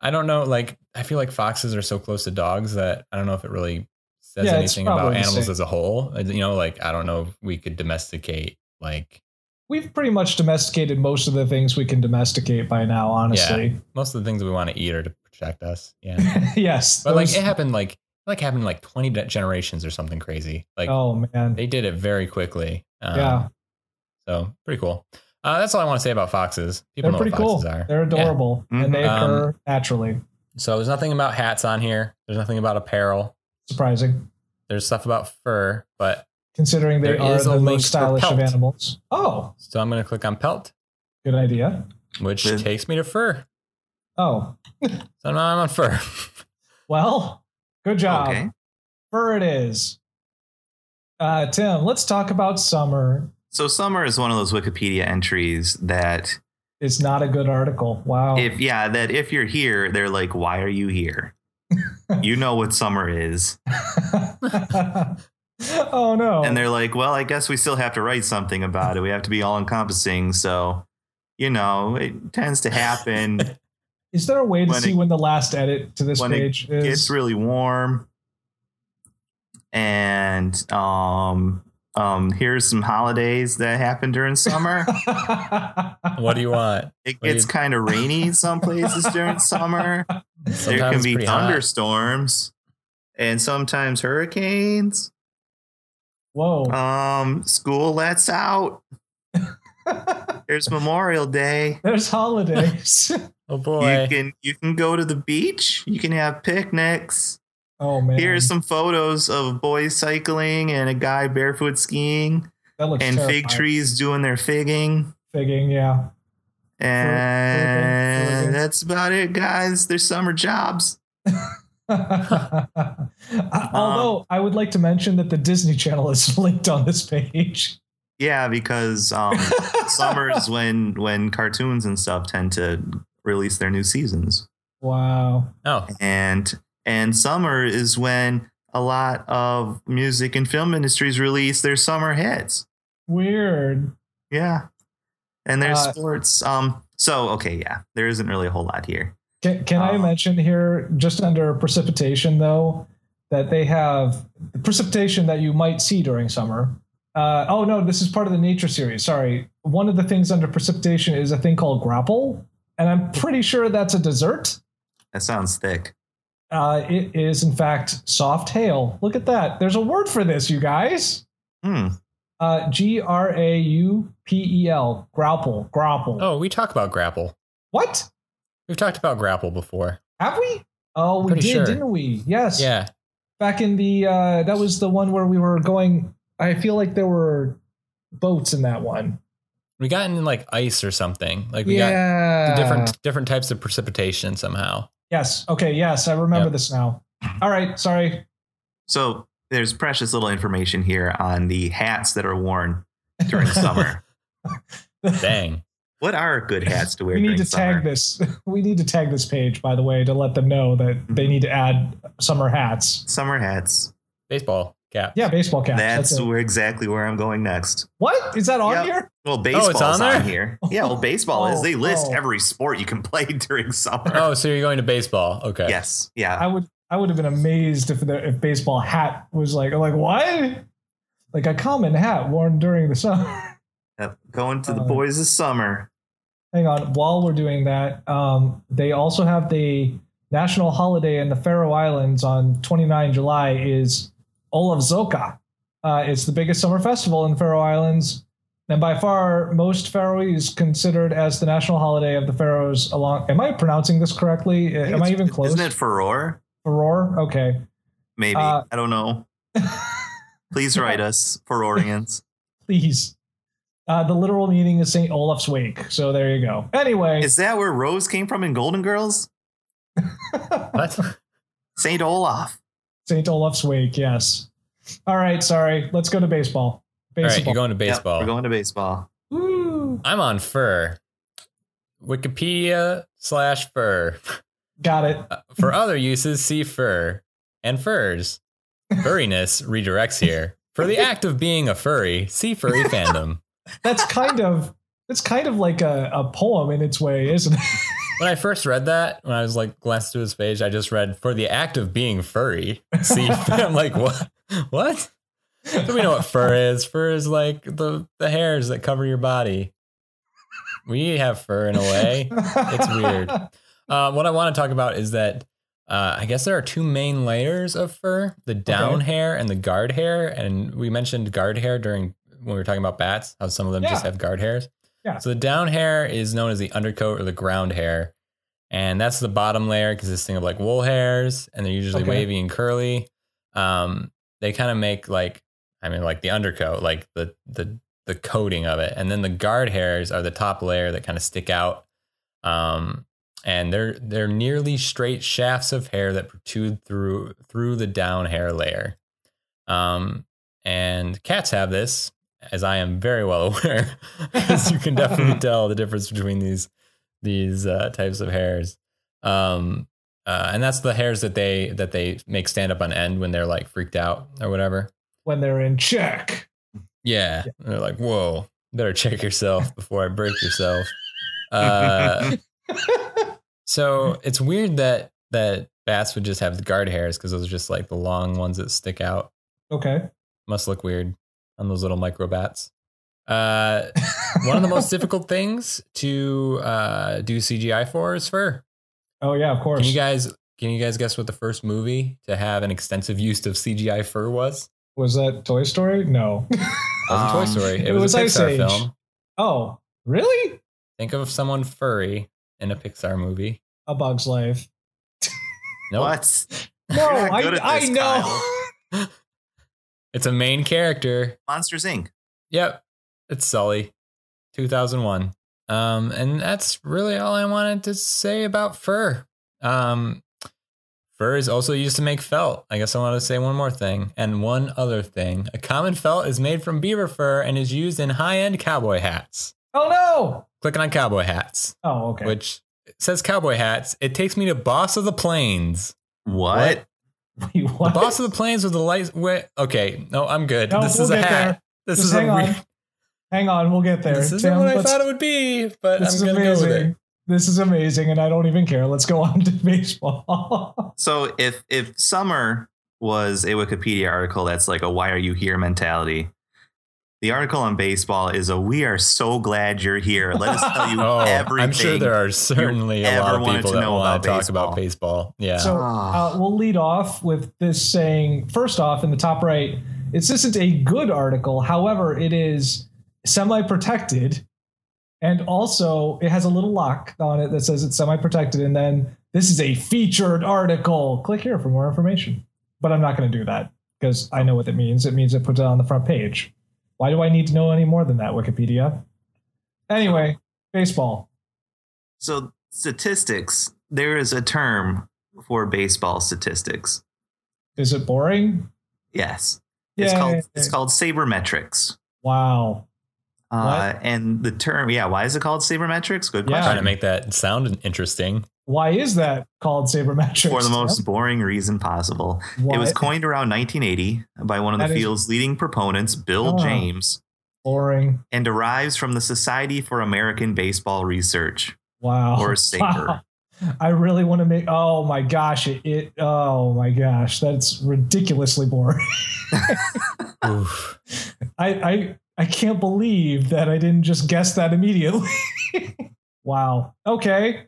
I don't know, like I feel like foxes are so close to dogs that I don't know if it really says
Yeah, it's
anything about
probably the
animals
same.
as a whole. Uh, You know, like I don't know if we could domesticate like
We've pretty much domesticated most of the things we can domesticate by now, honestly.
most of the things we want to eat are to protect us. Yeah.
*laughs* yes.
But like
those-
it happened like like happened like 20 de- generations or something crazy. Like
oh man.
they did it very quickly. Um,
yeah.
So pretty cool. Uh, that's all I want to say about foxes. People
They're
know
pretty
what foxes
cool.
are.
They're adorable.
Yeah.
And they
Mhm. Um,
occur naturally.
So there's nothing about hats on here. There's nothing about apparel.
Surprising.
There's stuff about fur, but
Considering they
There
are
is a
the
link
most
for
stylish of
pelt.
animals. Oh,
so I'm going to click on pelt,
good idea.
which
Yeah.
takes me to fur.
Oh.
So now I'm on fur. *laughs*
Well, good job.
Okay.
Fur it is. Uh, Tim, let's talk about summer.
So summer is one of those Wikipedia entries that
It's not a good article. Wow.
if yeah, that if you're here, they're like, why are you here? you know what summer is.
*laughs* oh no.
And they're like, well, I guess we still have to write something about it. We have to be all encompassing. So, you know, it tends to
*laughs*
happen.
Is there a way to
When
see
it-
when the last edit to this
when it
page is?
It's really warm. And um, um, here's some holidays that happen during
*laughs*
summer.
what do you want?
It
What do
gets
you-
kind of
*laughs*
rainy some places during summer. *laughs* there
Sometimes
can
it's
be
pretty hot.
thunderstorms and sometimes hurricanes.
*laughs* Whoa.
Um, school lets out. There's Memorial Day.
*laughs* There's
*laughs*
holidays.
Oh boy.
You can you can go to the beach. You can have picnics.
oh man.
Here are some photos of boys cycling and a guy barefoot skiing
that looks
and fig
terrifying.
trees doing their figging.
Figging, yeah. *laughs* Philippines.
And that's about it, guys. There's summer jobs.
Uh,
Um,
Although I would like to mention that the Disney Channel is *laughs* linked on this page.
Yeah, because
*laughs*
um, summers when when cartoons and stuff tend to release their new seasons,
Wow.
Oh,
and and summer is when a lot of music and film industries release their summer hits.
Weird.
Yeah, and there's
Uh,
sports. Um, so okay, yeah, there isn't really a whole lot here.
Can, can I
Uh,
Um,
mention here, just under precipitation, though, that they have the precipitation that you might see during summer? Uh, oh, no, this is part of the nature series. Sorry. One of the things under precipitation is a thing called grapple, and I'm pretty sure that's a dessert.
That sounds thick.
Uh, it is, in fact, soft hail. Look at that. There's a word for this, you guys.
Hmm.
Uh, G R A U P E L. Grapple. Grapple.
oh, we talk about grapple.
What?
We've talked about grapple before.
Have we? Oh, we
Pretty
did,
sure.
didn't we? Yes.
Yeah,
back in the uh that was the one where we were going i feel like there were boats in that one
we got in like ice or something. Like we got
yeah
the different different types of precipitation somehow.
yes okay yes i remember
Yep.
this now all right sorry
So there's precious little information here on the hats that are worn
*laughs*
during summer.
Dang.
What are good hats to wear?
we need
during
to
summer?
tag this *laughs* we need to tag this page by the way to let them know that they need to add summer hats
Summer hats.
Baseball cap.
yeah baseball caps
That's
it.
where exactly where I'm going next.
what is that on
Yep.
here
Well, baseball's
Oh, on
on,
there?
here. Yeah, well, baseball is. They list
*laughs* Oh.
every sport you can *laughs* play during summer.
Oh, so you're going to baseball. Okay.
Yes. Yeah.
i would i would have been amazed if the if baseball hat was like like what like a common hat worn during the summer
Yep. Going to the
Uh,
boys this summer.
hang on while we're doing that um, they also have the national holiday in the faroe islands on 29 july is olav zoka uh, it's the biggest summer festival in the faroe islands and by far most faroese considered as the national holiday of the faroes along am i pronouncing this correctly Uh,
think
am i
it's-
even close
Isn't it Furore?
Faror? okay
Maybe.
Uh,
I don't
*laughs*
know. Please write us, Furorians.
please uh, the literal meaning is st olaf's wake so there you go anyway
Is that where Rose came from in Golden Girls?
What?
St. Olaf.
St. Olaf's Wake, yes. All right, sorry. Let's go to baseball.
All right,
Baseball.
you're going to
Yep,
baseball.
we're going to baseball.
Woo.
I'm on fur. Wikipedia slash fur.
Got it.
Uh, For other uses, see fur and furs. Furriness redirects here. For the act of being a furry, see furry fandom.
That's kind of that's kind of like a, a poem in its way, isn't it?
When I first read that, when I was like glanced through his page, I just read for the act of being furry. See, I'm like, what? What? So we know what fur is. Fur is like the the hairs that cover your body. We have fur in a way.
it's
weird. Uh, what I want to talk about is that uh, I guess there are two main layers of fur: the down
Okay.
hair and the guard hair. And we mentioned guard hair during when we were talking about bats, how some of them just
Yeah.
have guard hairs.
Yeah.
So the down hair is known as the undercoat or the ground hair, and that's the bottom layer consisting of like wool hairs, and they're usually
Okay.
wavy and curly. Um, they kind of make like I mean like the undercoat, like the the the coating of it, and then the guard hairs are the top layer that kind of stick out. Um, and they're they're nearly straight shafts of hair that protrude through through the down hair layer. Um, and cats have this, as I am very well *laughs* aware, as you can definitely tell the difference between these these uh, types of hairs. Um, uh, and that's the hairs that they that they make stand up on end when they're like freaked out or whatever.
*laughs* When they're in check.
Yeah, And they're like, whoa, better check yourself before I break yourself. Uh, So it's weird that that bats would just have the guard hairs because those are just like the long ones that stick out.
okay.
Must look weird on those little micro bats. Uh, one of the most difficult things to uh, do CGI for is fur.
*laughs* Oh yeah, of
Can
course.
you guys can you guys guess what the first movie to have an extensive use of CGI fur was?
was that Toy Story? No. *laughs*
Wasn't Toy
Um,
Story. It,
it
was, a
was Ice
Pixar
Age.
film.
Oh, really?
Think of someone furry in a Pixar movie.
A
*laughs*
Bug's Life.
No,
What?
No,
You're not
I,
good at
I
this,
know.
Kyle.
it's a main character
Monsters Inc.
Yep. It's Sully. 2001. Um, and that's really all I wanted to say about fur. Um, fur is also used to make felt. I guess I want to say one more thing and one other thing. A common felt is made from beaver fur and is used in high end cowboy hats.
*laughs* Oh no!
Clicking on cowboy hats,
Oh, okay.
which says cowboy hats. It takes me to Boss of the Plains.
What?
*laughs* You
The
what?
Boss of the Plains with the light. Wait, okay, no, I'm good.
*laughs* No,
this
we'll
is a
get
hat.
there.
This
Just
is a
hang
re-
on. Hang on, we'll get there.
This isn't
Tim,
what I
let's-
thought it would be, but
this
I'm
is
gonna go with it.
amazing. This is amazing, and I don't even care. Let's go on to baseball. *laughs*
So if if summer was a Wikipedia article that's like a why are you here mentality, the article on baseball is a we are so glad you're here. Let us tell you
*laughs* Oh,
everything.
I'm sure there are certainly a
ever
lot of
wanted
people
to
that
know
want
about
to talk about baseball. Yeah.
So
Ah.
uh, we'll lead off with this saying first off, in the top right, it's this isn't a good article. However, it is semi protected. And also, it has a little lock on it that says it's semi protected. And then this is a featured article. Click here for more information. But I'm not going to do that because I know what it means. It means it puts it on the front page. Why do I need to know any more than that, Wikipedia? Anyway, baseball.
So statistics. There is a term for baseball statistics.
Is it boring?
Yes. It's called it's
Yay.
called sabermetrics.
Wow.
Uh, and the term, yeah, why is it called sabermetrics? Good
Yeah.
question.
Trying to make that sound interesting.
Why is that called sabermetrics?
For the most boring reason possible.
Why?
It was coined around 1980 by one of
That
the
is-
field's leading proponents, Bill
Oh.
James,
boring.
and derives from the Society for American Baseball Research,
Wow.
or SABRE.
*laughs* I really want to make. Oh my gosh! It, it. Oh my gosh! That's ridiculously boring. *laughs*
Oof.
I. I. I can't believe that I didn't just guess that immediately. *laughs* wow. Okay.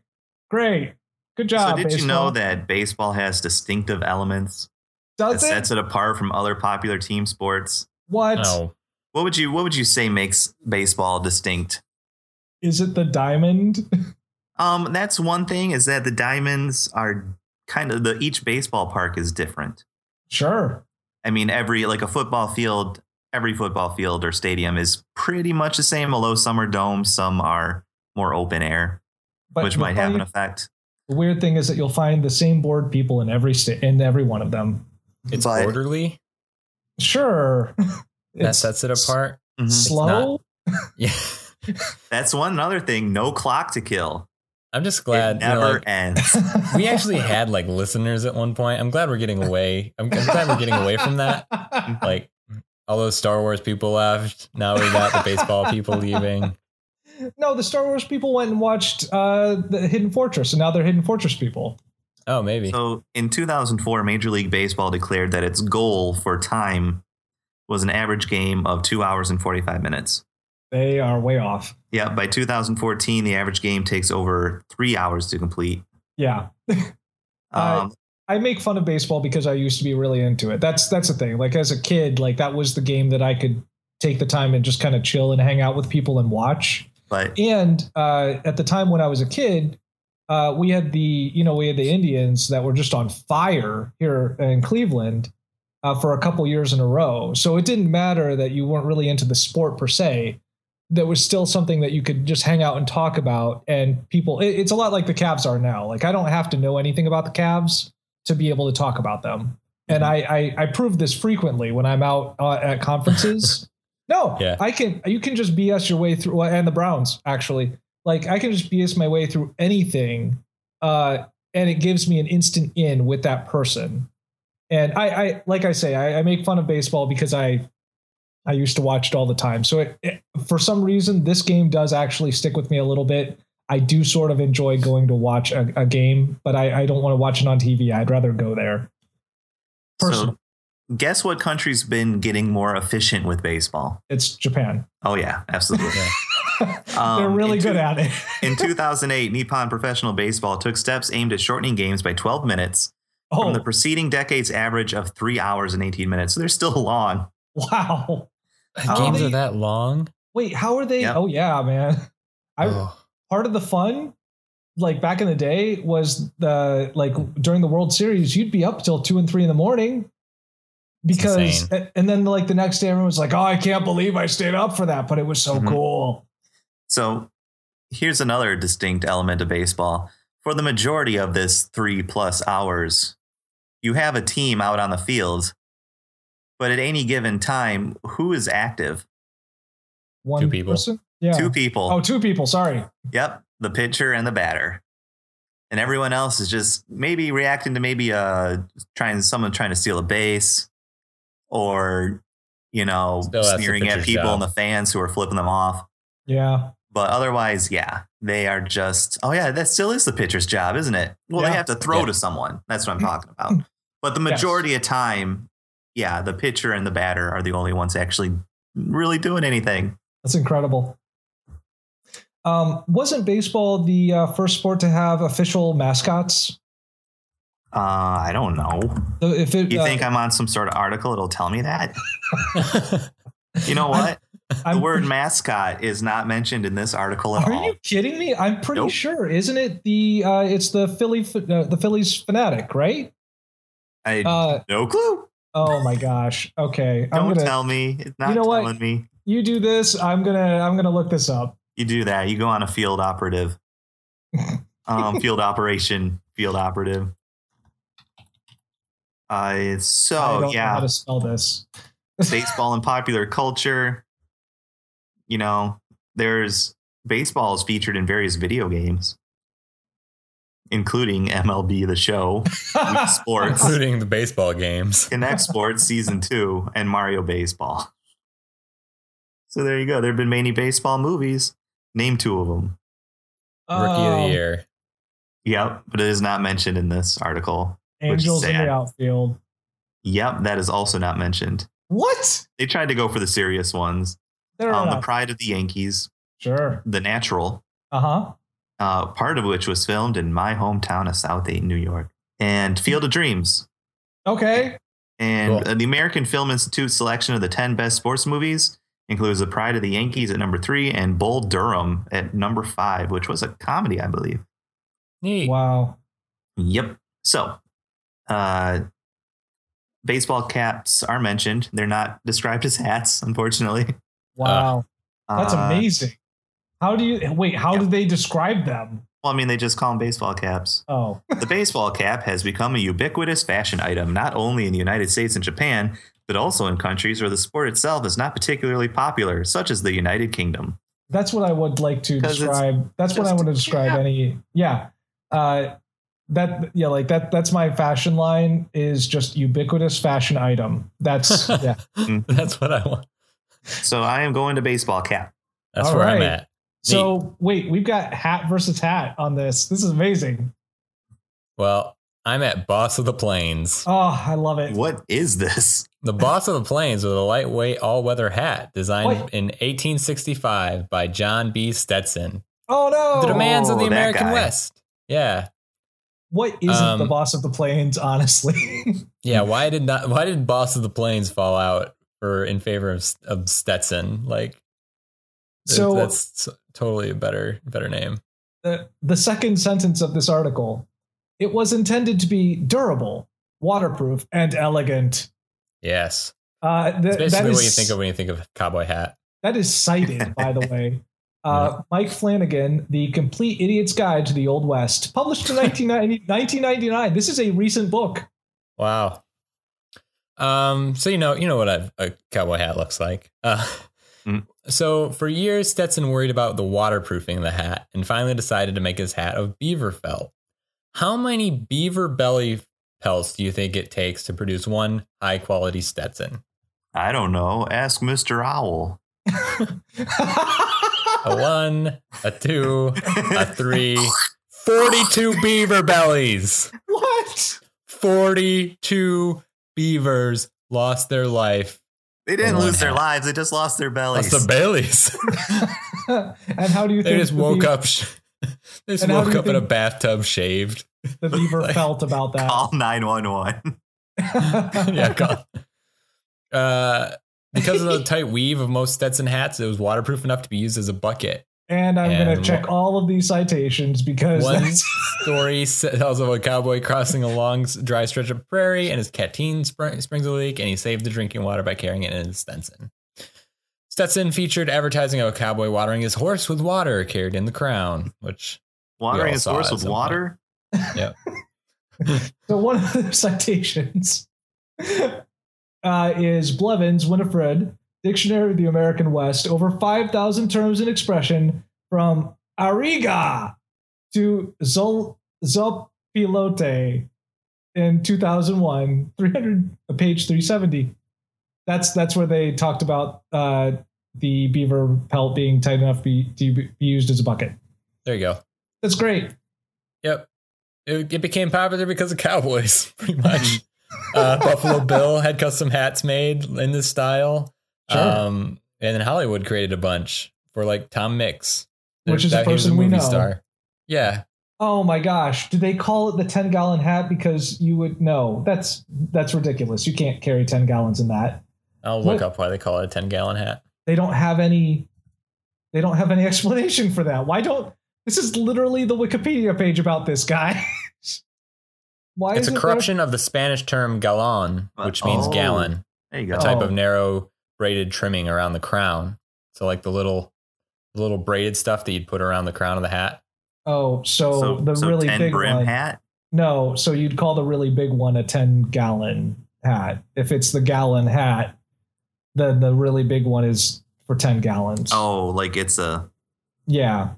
Great. Good job.
So, did you
baseball.
know that baseball has distinctive elements that
Does it?
sets it apart from other popular team sports?
What is
Oh,
What would you What would you say makes baseball distinct?
it? The diamond? *laughs*
Um, that's one thing is that the diamonds are kind of the each baseball park is different.
Sure.
I mean, every like a football field, every football field or stadium is pretty much the same, although some are domed, some are more open air,
But
which
the
might have an
funny-
effect.
The weird thing is that you'll find the same bored people in every sta- in every one of them.
it's
But-
orderly.
Sure.
That
It's
sets it apart. *laughs*
Mhm.
Slow.
Yeah.
That's one other thing. No clock to kill.
I'm just
it
glad. you know,
never
like, *laughs*
ends.
we actually had like listeners at one point. I'm glad we're getting away. I'm, I'm glad we're getting away from that. Like all those Star Wars people left. Now we got the
*laughs*
baseball people leaving.
*laughs* No, the Star Wars people went and watched uh, the Hidden Fortress, and now they're Hidden Fortress people.
Oh, maybe.
So in 2004, Major League Baseball declared that its goal for time was an average game of two hours and 45 minutes.
They are way off.
Yeah, by 2014, the average game takes over three hours to complete.
Yeah, Uh,
Um,
I make fun of baseball because I used to be really into it. That's that's the thing. Like as a kid, like that was the game that I could take the time and just kind of chill and hang out with people and watch.
but
And uh, at the time when I was a kid, uh, we had the you know we had the Indians that were just on fire here in Cleveland uh, for a couple years in a row. So it didn't matter that you weren't really into the sport per se. There was still something that you could just hang out and talk about, and people. It, it's a lot like the Cavs are now. Like I don't have to know anything about the Cavs to be able to talk about them. And I, I I prove this frequently when I'm out uh, at conferences. no,
Yeah.
I can. You can just BS your way through, well, and the Browns actually. Like I can just BS my way through anything, uh, and it gives me an instant in with that person. And I, I like I say, I, I make fun of baseball because I, I used to watch it all the time. So it, it, for some reason, this game does actually stick with me a little bit. I do sort of enjoy going to watch a, a game, but I, I don't want to watch it on TV. I'd rather go there. Personal.
so guess what country's been getting more efficient with baseball?
it's Japan.
Oh yeah, absolutely.
Yeah.
They're
Um,
really
in
good
two-
at it.
In 2008, Nippon Professional Baseball took steps aimed at shortening games by 12 minutes
Oh,
from the preceding decade's average of 3 hours and 18 minutes. So they're still long.
wow.
How
Uh, Games
they-
are that long.
Wait, how are they?
Yeah.
Oh, yeah, man. *laughs* I,
Oh.
part of the fun like back in the day was the like during the world series you'd be up till two and three in the morning because
insane.
a- and then like the
Mm-hmm.
next day everyone was like oh i can't believe i stayed up for that but it was so
Mhm.
cool
So here's another distinct element of baseball. For the majority of this three plus hours, you have a team out on the field, but at any given time, who is active?
One
Two people.
person? Yeah.
Two people.
Oh, two people. Sorry.
Yep, the pitcher and the batter. And everyone else is just maybe reacting to maybe uh trying someone trying to steal a base or you know,
Still, that's the
sneering at
pitcher's
people
job.
and the fans who are flipping them off.
Yeah.
But otherwise, yeah, they are just oh yeah, that still is the pitcher's job, isn't it? Well,
Yeah. Mm-hmm.
they have to throw
Yeah.
to someone. That's what I'm talking about. But the majority of time, yeah, the pitcher and the batter are the only ones actually really doing anything.
That's incredible. Um, wasn't baseball the uh, first sport to have official mascots?
Uh, I don't know.
So If it,
You
uh,
think I'm on some sort of article? It'll tell me that.
Oh.
*laughs* You know what?
*laughs* I'm-
the word mascot is not mentioned in this article at
Are
all.
you kidding me? I'm pretty
Nope.
sure, isn't it? The uh, it's the Philly uh, the Phillies fanatic, right?
I
Uh,
no clue.
oh my gosh. Okay, I'm
Don't
gonna
tell me. It's not
You know what?
telling me.
you do this. I'm gonna I'm gonna look this up.
You do that. You go on a field
*laughs*
operative, um, field operation, field operative. Uh,
I
so
don't know how
yeah,
to *laughs* spell this.
baseball and popular culture. You know, there's baseball is featured in various video games, including MLB The Show,
*laughs*
Wii Sports,
including the baseball games.
Connect Sports Season 2 and Mario Baseball. So there you go. There have been many baseball movies. Name two of them.
Rookie of
Oh,
the year.
Yep, but it is not mentioned in this article. which is
Angels in
sad.
the outfield.
Yep, that is also not mentioned.
What?
They tried to go for the serious ones.
They're
Um, the
not
Pride of the Yankees,
sure.
The Natural,
Uh huh.
uh, part of which was filmed in my hometown of Southgate, New York, and Field of Dreams.
Okay.
And
Cool.
uh, the American Film Institute selection of the 10 best sports movies includes The Pride of the Yankees at number three and Bull Durham at number five, which was a comedy, I believe.
Neat.
Wow.
Yep. So, uh, baseball caps are mentioned. They're not described as hats, unfortunately.
Wow. That's
Uh,
amazing. How do you wait? How
yeah.
do they describe them?
Well, I mean, they just call them baseball
*laughs*
caps.
Oh,
The baseball cap has become a ubiquitous fashion item, not only in the United States and Japan, but also in countries where the sport itself is not particularly popular, such as the United Kingdom.
that's what I would like to
'Cause it's
describe. That's what I
just-
want to describe.
yeah.
Any, yeah, uh, that yeah, like that. That's my fashion line is just ubiquitous fashion item.
*laughs*
That's yeah.
*laughs* That's what I want.
So I am going to baseball cap.
That's
All
where I'm
right.
at.
So wait, we've got hat versus hat on this. This is amazing.
Well, I'm at Boss of the Plains.
Oh, I love it.
What is this?
The Boss of the Plains was a lightweight all-weather hat designed
What?
in 1865 by John B. Stetson.
Oh
The
no!
demands of the
Oh, that
American
guy.
West. Yeah.
What isn't
Um,
the boss of the planes? Honestly, *laughs*
Yeah, why did not why did Boss of the Plains fall out for in favor of, of Stetson? Like
so
that's totally a better better name.
the, the second sentence of this article it was intended to be durable waterproof and elegant
Yes.
uh, th-
It's
that,
basically
is,
what you think of when you think of cowboy hat.
that is cited by the way uh, mike flanagan the complete idiot's guide to the old west published in 1990 1999 this is a recent book
Wow. Um, so you know, you know what a, a cowboy hat looks like. Uh,
Mm.
So for years, Stetson worried about the waterproofing of the hat, and finally decided to make his hat of beaver felt. How many beaver belly pelts do you think it takes to produce one high quality Stetson?
I don't know. Ask Mr. Owl. *laughs*
A one, a two,
*laughs*
a three, 42 beaver bellies.
what
42 beavers lost their life.
they didn't lose their
hat.
lives. They just lost their bellies.
Lost the bellies.
*laughs* and how do you
they
think
just
the
woke
beaver,
up. sh- They just
And how
woke
do you
up in a
think-
bathtub, shaved.
the beaver
like-
felt
*laughs*
about
Call 911.
that
yeah, gone. Uh, because of the tight weave of most Stetson hats, it was waterproof enough to be used as a bucket.
*laughs* and i'm going to
And
check all of these citations because
One-
that's
Story tells of a cowboy crossing a long, s- dry stretch of prairie, and his canteen spr- springs a leak, and he saved the drinking water by carrying it in his Stetson. Stetson featured advertising of a cowboy watering his horse with water carried in the crown, which We all
Watering his
saw
horse
it at
with
some
water.
So one of *laughs* the citations uh, is Blevins, Winifred, Dictionary of the American West, over 5,000 terms and expression from Ariga to Zol- Zopilote in 2001, 300, page 370. That's that's where they talked about uh, the beaver pelt being tight enough to be, to be used as a bucket.
There you go.
That's great.
Yep. It, it became popular because of cowboys, *laughs* pretty
*laughs*
much. uh, Buffalo Bill had custom hats made in this style.
Sure.
Um, and then Hollywood created a bunch for like Tom Mix,
Which is a
That- he was
person we know.
Yeah.
Oh my gosh! Do they call it the ten gallon hat because you would no? That's that's ridiculous. You can't carry ten gallons in that.
I'll
What-
look up why they call it a 10 gallon hat.
They don't have any. They don't have any *laughs* explanation for that. Why don't? This is literally the Wikipedia page about this guy. *laughs* Why
It's
is
a
it
corruption of the Spanish term galon,
Uh,
which means
oh.
gallon,
There you
a
go.
type of
Oh.
narrow braided trimming around the crown. So like the little little braided stuff that you'd put around the crown of the hat.
There, oh, so,
so,
the
so
really
10
big
brim
one.
hat.
No, so you'd call the really big one a ten gallon hat. If it's the gallon hat, then the really big one is for ten gallons.
Oh, like it's a
yeah,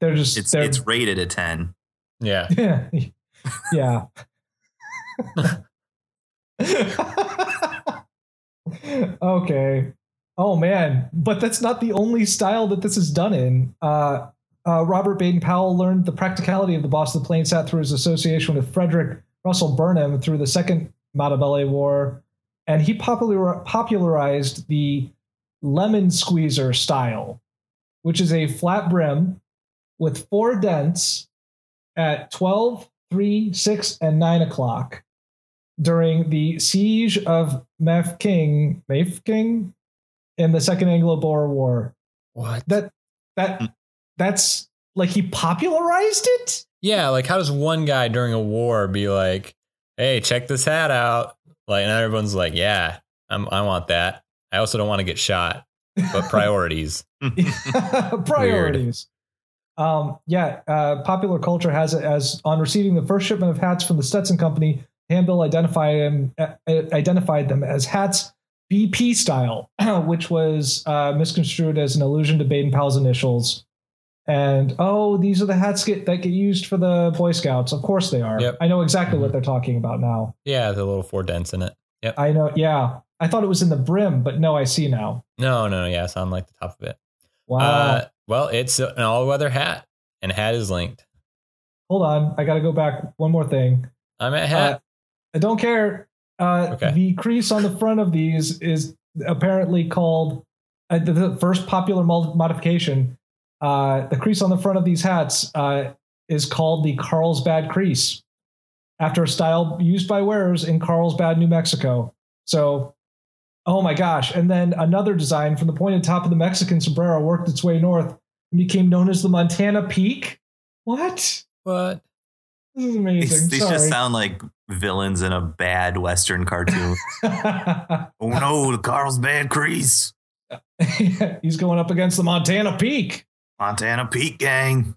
they're just
it's
they're
it's rated a ten.
Yeah.
yeah. *laughs* yeah. okay. Oh man, but that's not the only style that this is done in. Uh, uh, Robert Baden Powell learned the practicality of the boss of the plains hat through his association with Frederick Russell Burnham through the Second Matabele War, and he popular- popularized the lemon squeezer style, which is a flat brim with four dents at 12, 3, 6, and 9 o'clock during the siege of Mafeking, Mafeking in the Second Anglo-Boer War.
What?
That that that's like he popularized it?
Yeah, like how does one guy during a war be like, "Hey, check this hat out," like, and everyone's like, "Yeah, I'm, I want that." I also don't want to get shot,
*laughs*
but priorities.
priorities. Um, yeah, uh, popular culture has it as on receiving the first shipment of hats from the Stetson Company, Handbill identified him uh, identified them as hats BP style, *clears throat* which was uh, misconstrued as an allusion to Baden Powell's initials. And oh, these are the hats get, that get used for the Boy Scouts. Of course they are.
Yep. Mm-hmm.
I know exactly what they're talking about now.
yeah, the little four dents in it.
I know. Yeah, I thought it was in the brim, but no, I see now.
No, no, no. Yeah, it's on like the top of it.
Wow.
Uh, well, it's an all-weather hat, and hat is linked.
Hold on, I got to go back one more thing.
I'm
Uh,
at hat.
I don't care. Uh,
Uh, Okay.
The crease on the front of these is apparently called uh, the, the first popular mod- modification. Uh, the crease on the front of these hats uh, is called the Carlsbad crease, after a style used by wearers in Carlsbad, New Mexico. So, oh my gosh! And then another design from the pointed top of the Mexican sombrero worked its way north and became known as the Montana Peak. What?
what?
This is
These,
amazing.
these
Sorry.
just sound like villains in a bad Western
*laughs*
cartoon. oh no, the Carlsbad Crease,
*laughs* He's going up against the Montana Peak.
Montana Pete Gang.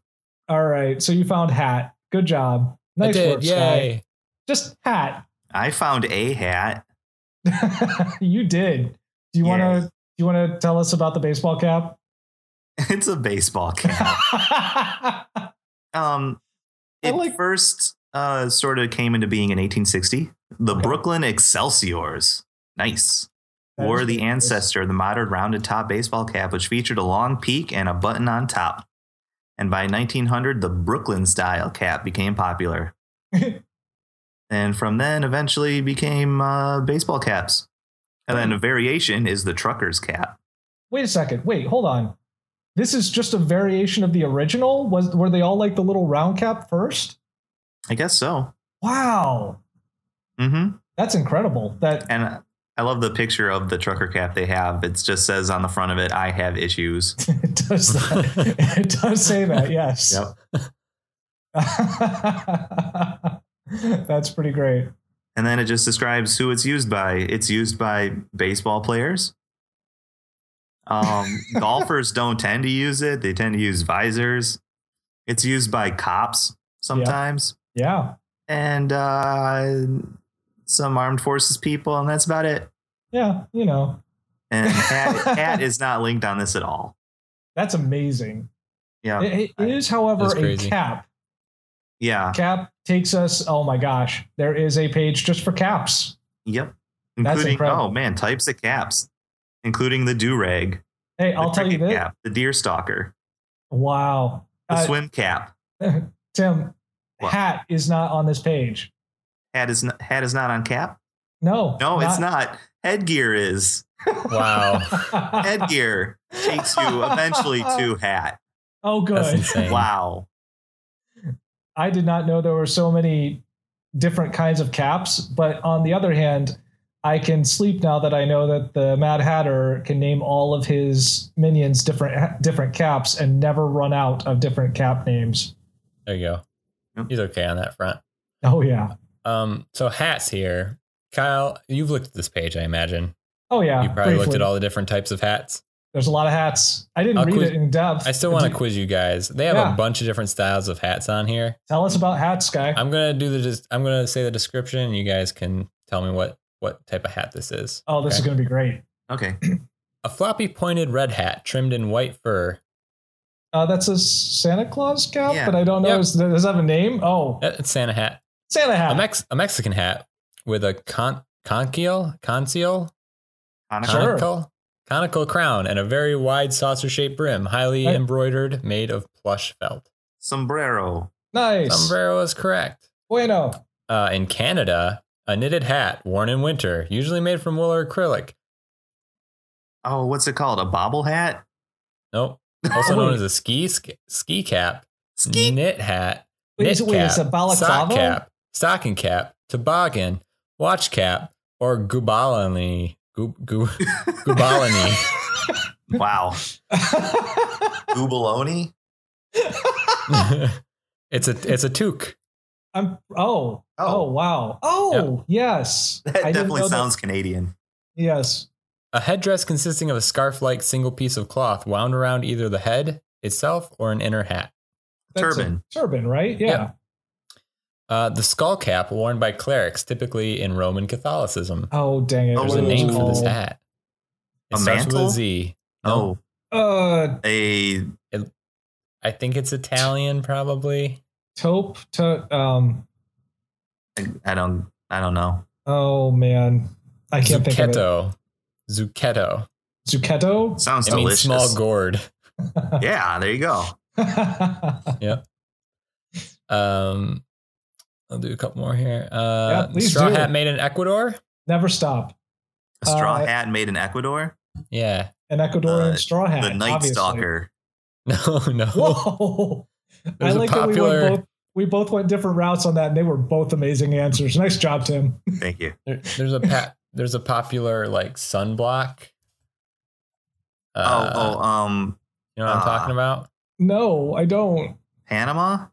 All right, so you found hat. Good job. Nice
I did.
work, Sky.
Yay.
Just hat. *laughs*
I found a hat. *laughs*
you did. Do you want to?
Yes.
Do you want to tell us about the baseball cap?
It's a
*laughs*
baseball cap. um,
I
it
like-
first uh, sort of came into being in 1860. The
Okay.
Brooklyn Excelsiors, nice, were the ancestor of the modern rounded top baseball cap, which featured a long peak and a button on top. And by 1900, the Brooklyn style cap became popular. and from then, eventually became uh, baseball caps. And then a variation is the trucker's cap.
Wait a second. Wait, hold on. This is just a variation of the original. Was were they all like the little round cap first?
I guess so.
Wow,
hmm
that's incredible. That *laughs*
And uh, I love the picture of the trucker cap they have. It just says on the front of it, "I have issues."
it does that. it does say that. Yes. *laughs* That's pretty great.
And then it just describes who it's used by. It's used by baseball players,
*laughs*
Um, golfers don't tend to use it. They tend to use visors. It's used by cops sometimes
Yeah.
and uh, some armed forces people, and that's about it.
Yeah. You know,
And hat,
*laughs*
hat is not linked on this at all.
that's amazing.
Yeah.
It- it is, however,
That's
a
crazy.
cap.
yeah.
Cap takes us. Oh my gosh. There is a page just for caps.
Yep.
That's
Including,
incredible.
oh man, types of caps, including the do rag,
Hey,
the
I'll tell you
cricket
this.
cap, the deer stalker,
Wow.
the
Uh,
swim cap.
Tim,
What?
hat is not on this page.
Hat is not, hat is not on cap.
No.
No, it's not. Headgear is
*laughs*
Wow.
headgear takes you eventually
*laughs*
to hat.
Oh,
That's
good.
insane.
Wow.
I did not know there were so many different kinds of caps. But on the other hand, I can sleep now that I know that the Mad Hatter can name all of his minions different different caps and never run out of different cap names.
There you go.
Yep.
He's okay on that front.
Oh yeah.
Um, so hats here. Kyle, you've looked at this page, I imagine.
Oh yeah.
you probably looked
briefly.
at all the different types of hats.
There's a lot of hats. I didn't
I'll
read
quiz-
it in depth.
I still want to
Do-
quiz you guys. They have
Yeah.
a bunch of different styles of hats on here.
tell us about hats, guy.
I'm gonna do the. des- I'm gonna say the description. And you guys can tell me what what type of hat this is.
oh, this is
Okay.
going to be great.
Okay.
A floppy pointed red hat trimmed in white fur.
Uh, that's a Santa Claus cap,
Yeah.
but I don't know.
Yep.
Is, does that have a name? Oh,
Eh, It's Santa hat.
Santa
A
hat.
Mex a Mexican hat with a con conchial conceal
Conical.
Sure.
conical conical crown and a very wide saucer shaped brim, highly
Right.
embroidered, made of plush felt.
Sombrero.
nice.
Sombrero is correct.
bueno. *laughs*
Uh, in Canada, a knitted hat worn in winter, usually made from wool or acrylic.
Oh, what's it called? A bobble hat?
*laughs*
Nope. Also known as a ski sk- ski cap,
Ski.
knit hat,
Wait,
knit
is it, wait,
cap,
is it
sock
balaclava?
cap, stocking cap, toboggan, watch cap, or gubalani. Gu-
*laughs*
gu- gubalani.
*laughs* Wow. Goobaloni?
*laughs* it's a it's a toque.
I'm oh, oh
Oh.
wow oh yes
That
didn't know
definitely
that-
sounds Canadian.
yes
A headdress consisting of a scarf-like single piece of cloth wound around either the head itself or an inner hat.
That's a
Turban.
turban right yeah
Yep. Uh, the skull cap worn by clerics, typically in Roman Catholicism.
oh dang it
Oh,
There's a name for this
Oh.
hat. It
A
starts with
mantle?
a Z.
Oh,
uh
a
I think it's Italian, probably.
taupe to um
I don't I don't know.
oh man I can't think of it
Zucchetto. Zucchetto.
zucchetto
Sounds
It
delicious.
means small gourd.
yeah, there you go.
Um, I'll do a couple more here.
Yeah,
Uh,
please
straw
do.
hat made in Ecuador.
*laughs* never stop
A straw
Uh,
hat made in Ecuador?
Yeah. *laughs*
an Ecuadorian
Uh,
straw hat
the Night
obviously.
Stalker.
No, no. *laughs*
whoa *laughs* I
There's a
like that we
popular.
went both we both went different routes on that and they were both amazing answers nice job Tim
Thank you.
there- there's a pa- there's a popular like sunblock. Uh,
oh, oh, um,
you know what I'm
uh,
talking about?
no I don't
Panama?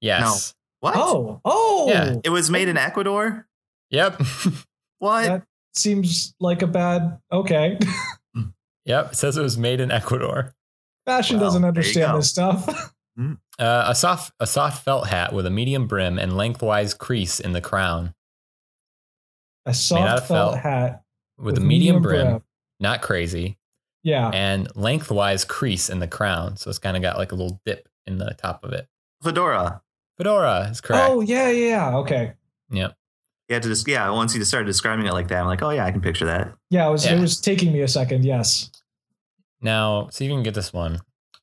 Yes.
What?
oh oh
Yeah.
It was made in Ecuador?
Yep. *laughs*
What?
That- seems like a bad okay
yep. It says it was made in Ecuador.
fashion
Well,
doesn't
there you go.
understand this stuff *laughs*
Uh, a soft a soft felt hat with a medium brim and lengthwise crease in the crown
a
out
soft
of
felt
felt
hat
with, a medium, brim, not crazy,
yeah
and lengthwise crease in the crown. So it's kind of got like a little dip in the top of it.
Fedora.
Fedora is correct.
oh yeah yeah okay
Yep.
You had to just, yeah, once you started describing it like that, I'm like, oh yeah, I can picture that.
yeah it was it
Yeah.
was taking me a second yes
Now, see if you can get this one.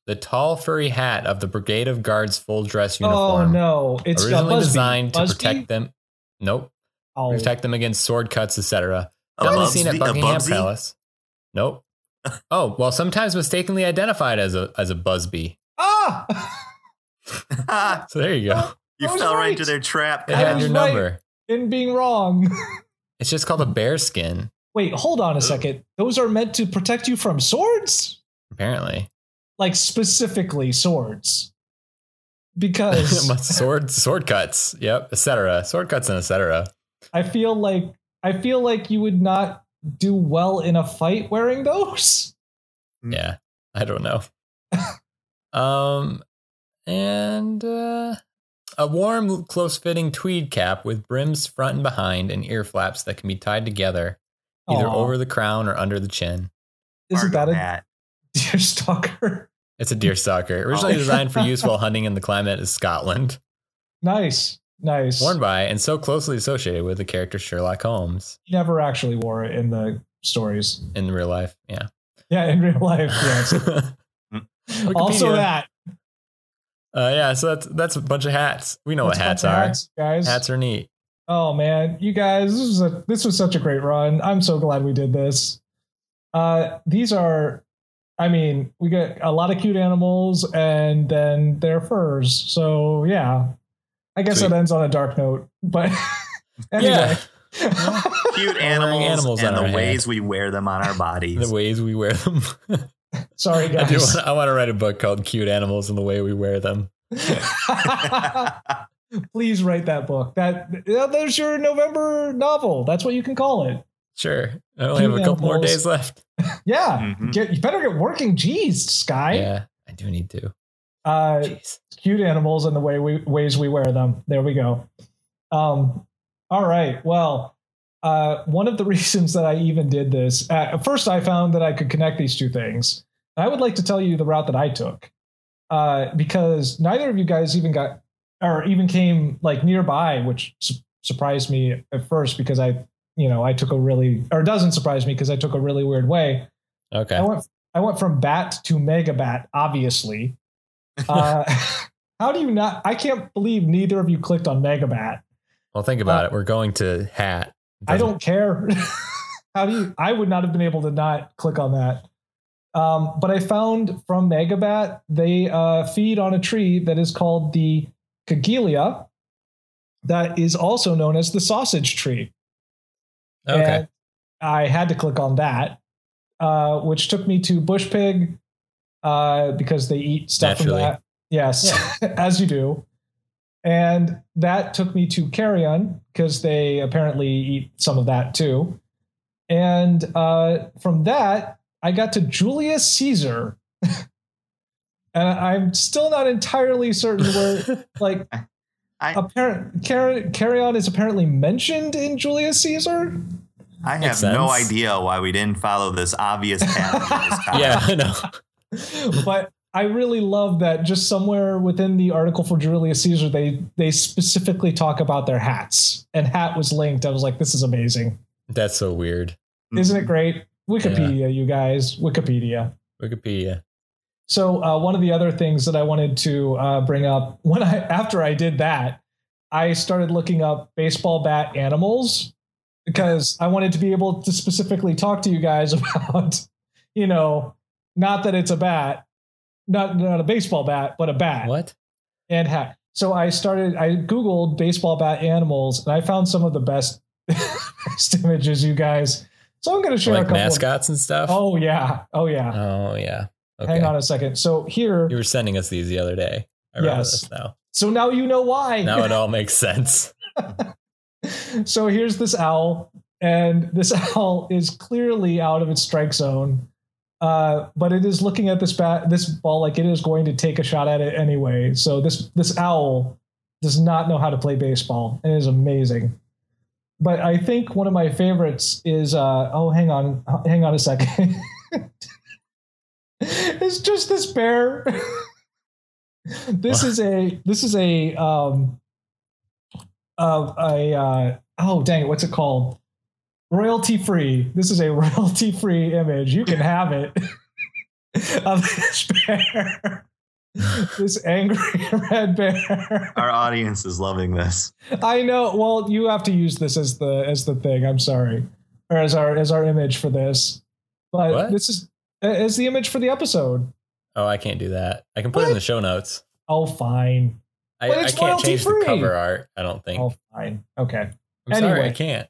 The tall furry hat of the Brigade of Guards full dress
oh
uniform.
no it's uh,
originally
Busby.
designed to
Busby?
protect them. Nope.
oh,
Protect them against sword cuts, etc.
A
Commonly seen
Bubsy-
at
a
Buckingham
Bubsy? *laughs*
Palace. Nope. oh, well, sometimes mistakenly identified as a as a Busby.
ah *laughs*
Ah,
So there you go.
you
I was
fell right
right.
into their trap.
They
I
had
Kyle.
was
your
right.
number.
in being wrong *laughs*
It's just called a bear skin,
wait hold on a second those are meant to protect you from swords
apparently.
like specifically
*laughs*
swords because
sword sword cuts. Yep, etc. Sword cuts and etc.
I feel like I feel like you would not do well in a fight wearing those.
Yeah, I don't
*laughs*
know. um, and uh, a warm, close-fitting tweed cap with brims front and behind, and ear flaps that can be tied together, either
Aw.
over the crown or under the chin.
Isn't that
Margot
a
Matt.
deer stalker? *laughs*
It's a deer stalker, originally
Oh.
designed for use while hunting in the climate of Scotland,
Nice, nice.
worn by and so closely associated with the character Sherlock Holmes
He never actually wore it in the stories.
in real life. Yeah.
Yeah, in real life.
*laughs*
Yes. also,
Wikipedia.
that
Uh, yeah, so that's that's a bunch of hats. We know
That's
what hats
fun
are.
facts, guys.
Hats are neat.
Oh man, you guys, this was a this was such a great run. I'm so glad we did this. Uh, these are, I mean, we got a lot of cute animals and then their furs. So yeah, I guess
Sweet.
that ends on a dark note. But *laughs* anyway,
*laughs*
Cute animals,
animals
and
on
the
our
ways we wear them on our *laughs*
Yeah,
bodies.
the ways we wear them. *laughs*
sorry
I do.
guys.
Want, I want to write a book called "Cute Animals and the Way We Wear Them."
*laughs* Please write that book. That there's your November novel. That's what you can call it.
Sure, I only have a
Cute
couple more
animals.
days left.
Yeah,
*laughs*
Mhm.
get you better get working. Jeez, Sky.
Mm-hmm. yeah, I do need to.
Uh,
Jeez.
cute animals and the way we ways we wear them. There we go. Um, all right. Well, uh, one of the *laughs* reasons that I even did this uh, first, I found that I could connect these two things. I would like to tell you the route that I took uh, because neither of you guys even got or even came like nearby, which su- surprised me at first because I, you know, I took a really or doesn't surprise me because I took a really weird way.
Okay.
I went I went from bat to mega bat, obviously. Uh, *laughs* how do you not? I can't believe neither of you clicked on mega bat.
Well, think about it. We're going to hat.
Uh, I don't care. *laughs* how do you? I would not have been able to not click on that. Um, but I found from Megabat they uh, feed on a tree that is called the Cagelia, that is also known as the sausage tree.
Okay.
And I had to click on that, uh, which took me to Bush Pig uh, because they eat stuff
Naturally.
from that. Yes, *laughs* as you do. And that took me to Carrion because they apparently eat some of that too. And uh, from that, I got to Julius Caesar. *laughs* and I'm still not entirely certain where,
*laughs*
like,
I-
apparent Car- Carrion is apparently mentioned in Julius Caesar.
I have
Makes
no
sense.
idea why we didn't follow this
*laughs*
obvious pattern. this time.
yeah, I know. *laughs*
*laughs* but I really love that just somewhere within the article for Julius Caesar, they they specifically talk about their hats, and hat was linked. I was like, this is amazing,
That's so weird.
isn't it great? Wikipedia, you guys, Wikipedia.
Wikipedia.
So uh, one of the other things that I wanted to uh, bring up when I after I did that, I started looking up baseball bat animals because I wanted to be able to specifically talk to you guys *laughs* about, you know, not that it's a bat, not not a baseball bat, but a bat
What?
and hat. So I started. I googled baseball bat animals, and I found some of the best, *laughs* best images, you guys. So I'm going to share a
Like
couple. of-
mascots and stuff.
oh yeah, oh yeah.
Oh, yeah. Okay.
Hang on a second. So here,
You were sending us these the other day. I remember
Yes.
this now.
so now you know why.
Now it all makes sense.
so here's this owl, and this *laughs* owl is clearly out of its strike zone, uh, but it is looking at this bat, this ball, like it is going to take a shot at it anyway. So this this owl does not know how to play baseball, and it is amazing. But I think one of my favorites is uh, oh, hang on, hang on a second. *laughs* it's just this bear. this is a this is a um of a uh, oh dang it, what's it called? Royalty free. This is a *laughs* royalty free image. You can have it *laughs* of this bear, this angry *laughs* red bear.
Our audience is loving this. *laughs*
I know. Well, you have to use this as the as the thing. I'm sorry, or as our as our image for this. But
What?
this is as the image for the episode.
Oh, I can't do that. I can put it in the show notes.
Oh, fine.
I,
But
I
it's
can't change
royalty-free.
the cover art. I don't think.
Oh, fine. Okay.
I'm sorry,
anyway.
I can't.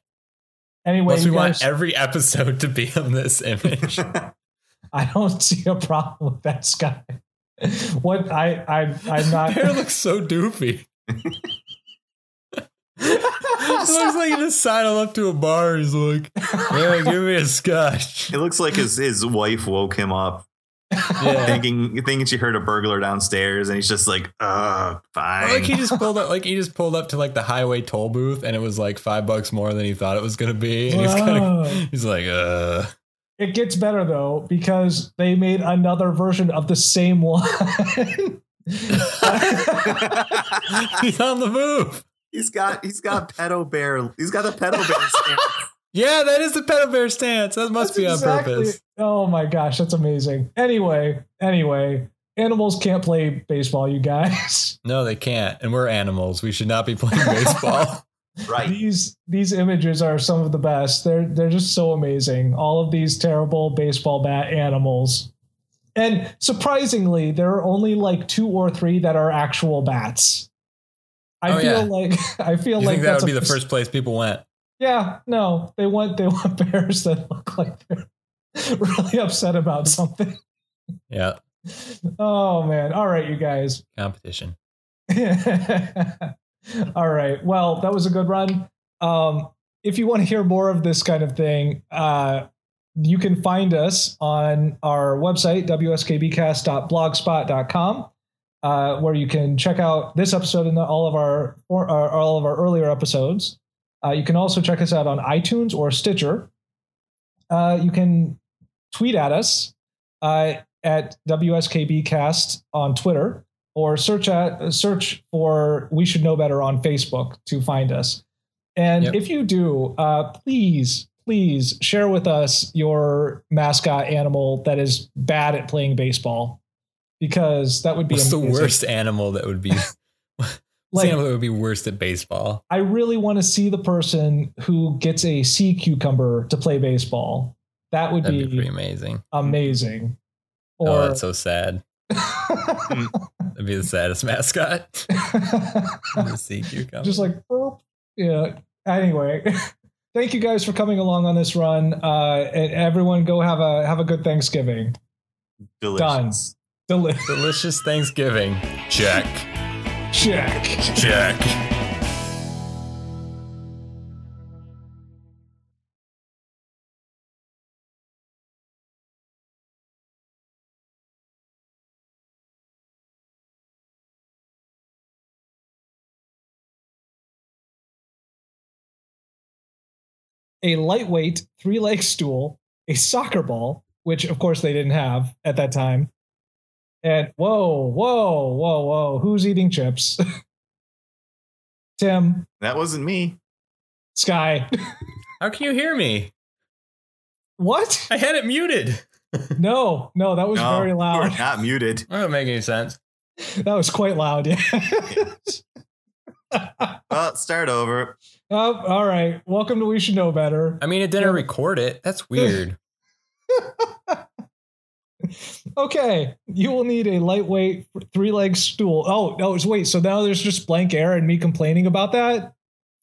Anyway,
Unless
you
we want
guys-
*laughs* every episode to be on this image.
I don't *laughs* see a problem with that sky. What I I *laughs* I'm
*laughs*
not.
Hair looks so doofy. *laughs* it looks like you just sidle up to a bar. He's like, "Yeah, give me a
*laughs*
scotch."
It looks like his, his wife woke him up
Yeah.
thinking thinking she heard a burglar downstairs, and he's just like, "Uh,
Or, like
fine."
he just pulled up, like he just pulled up to like the highway toll booth, and it was like five bucks more than he thought it was gonna be. And he's kind of,
Whoa.
*laughs* he's like, uh, *laughs*
It gets better though because they made another version of the
*laughs*
same one. *laughs*
*laughs*
he's on the move.
he's got he's got pedo bear. He's got the pedo
*laughs*
bear. stare.
Yeah, that is the pedal bear stance. That must
That's
be on
exactly-
purpose.
Oh my gosh, that's amazing. Anyway, anyway, animals can't play baseball, you
*laughs*
guys.
No, they can't. And we're animals. We should not be playing
*laughs*
baseball.
right.
These these images are some of the best. They're they're just so amazing. All of these terrible baseball bat animals. And surprisingly, there are only like two or three that are actual bats. I
Oh,
feel
yeah.
like *laughs* I feel
you
like
think that
that's
would be
a
the first place people went?
Yeah, no, they want they want *laughs* bears that look like they're *laughs* really upset about something. *laughs*
Yeah,
Oh man! All right, you guys.
competition.
*laughs* All right. Well, that was a good run. Um, if you want to hear more of this kind of thing, uh, you can find us on our website, wskbcast.blogspot.com, uh, where you can check out this episode and all of our or, or all of our earlier episodes. Uh, you can also check us out on iTunes or Stitcher. Uh, you can tweet at us uh, at wskbcast on Twitter or search at search for we should know better on facebook to find us and
Yep.
if you do uh, please please share with us your mascot animal that is bad at playing baseball because that would be
What's the
amazing.
worst animal that
*laughs*
would be? what's
Like-
the animal that would be worst at baseball?
i really want to see the person who gets a sea cucumber to play baseball that would
That'd
be,
be pretty amazing.
amazing or
oh, that's so sad. That'd be the saddest *laughs* mascot.
*laughs*
the sea cucumber.
just like burp. yeah anyway *laughs* thank you guys for coming along on this run uh and everyone go have a have a good thanksgiving
Delicious.
Deli-
delicious Thanksgiving. Check.
check
Check.
a lightweight three leg stool a soccer ball which of course they didn't have at that time and whoa whoa whoa whoa who's eating chips *laughs* tim
That wasn't me.
sky *laughs*
How can you hear me?
what
I had it muted.
no no that was
No,
very
You *laughs*
loud
are not muted.
That doesn't make any sense.
that was quite loud yeah
Well, start
*laughs*
over.
*laughs* Oh, all right. Welcome to We Should Know Better.
I mean, it didn't record it. That's weird.
Okay, you will need a lightweight three leg stool. Oh, no, it's wait. So now there's just blank air and me complaining about that.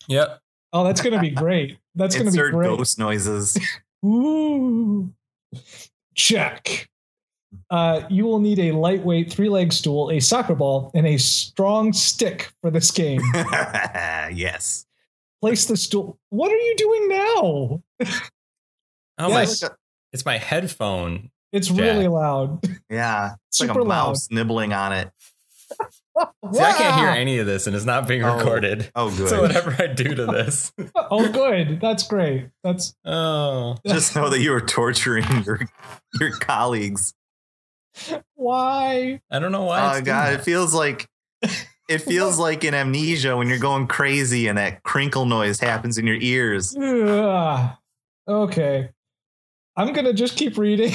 Yep.
Oh, that's going
*laughs*
to be great. That's going to be
Insert
great.
ghost noises. *laughs*
Ooh. Check. Uh, you will need a lightweight three leg stool, a soccer ball, and a strong stick for
*laughs*
this game.
yes.
Place the stool. What are you doing now?
Oh
Yeah,
my!
look
It's my headphone.
It's
Jack.
really loud.
Yeah. It's
Super
like a
loud.
mouse nibbling on it.
See, I can't hear
Wow.
any of this, and it's not being
Oh,
recorded.
*laughs*
Oh, good.
So whatever I do to this,
Oh, good. That's great. That's
oh,
Just know that you were torturing your your colleagues.
why.
I don't know why.
Oh
it's doing
god,
*laughs*
that.
it feels like it feels like in amnesia when you're going crazy and that crinkle noise happens in your ears.
Ugh. Okay. I'm going to just keep reading.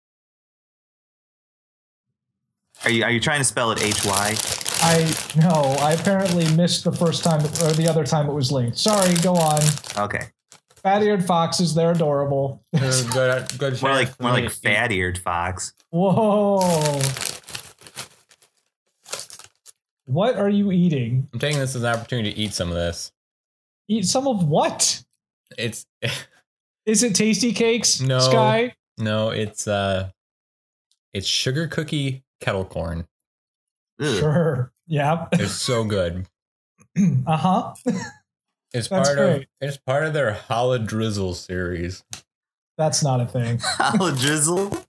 *laughs*
Are you are you trying to spell it H Y?
I no, I apparently missed the first time or the other time it was linked. Sorry, go on.
Okay.
Fat-eared foxes, they're adorable. *laughs*
Uh, good, good
More
chance
like
for
more
me
like
to eat
fat eared fox.
Whoa. What are you eating?
I'm taking this as an opportunity to eat some of this.
Eat some of what?
It's *laughs*
Is it tasty cakes?
No.
Sky?
no, it's uh, it's sugar cookie kettle corn.
Ugh.
Sure. Yeah.
It's so good.
*clears throat* uh-huh.
It's
That's
part of
great.
it's part of their Holla Drizzle series.
That's not a thing.
Holla *laughs* drizzle.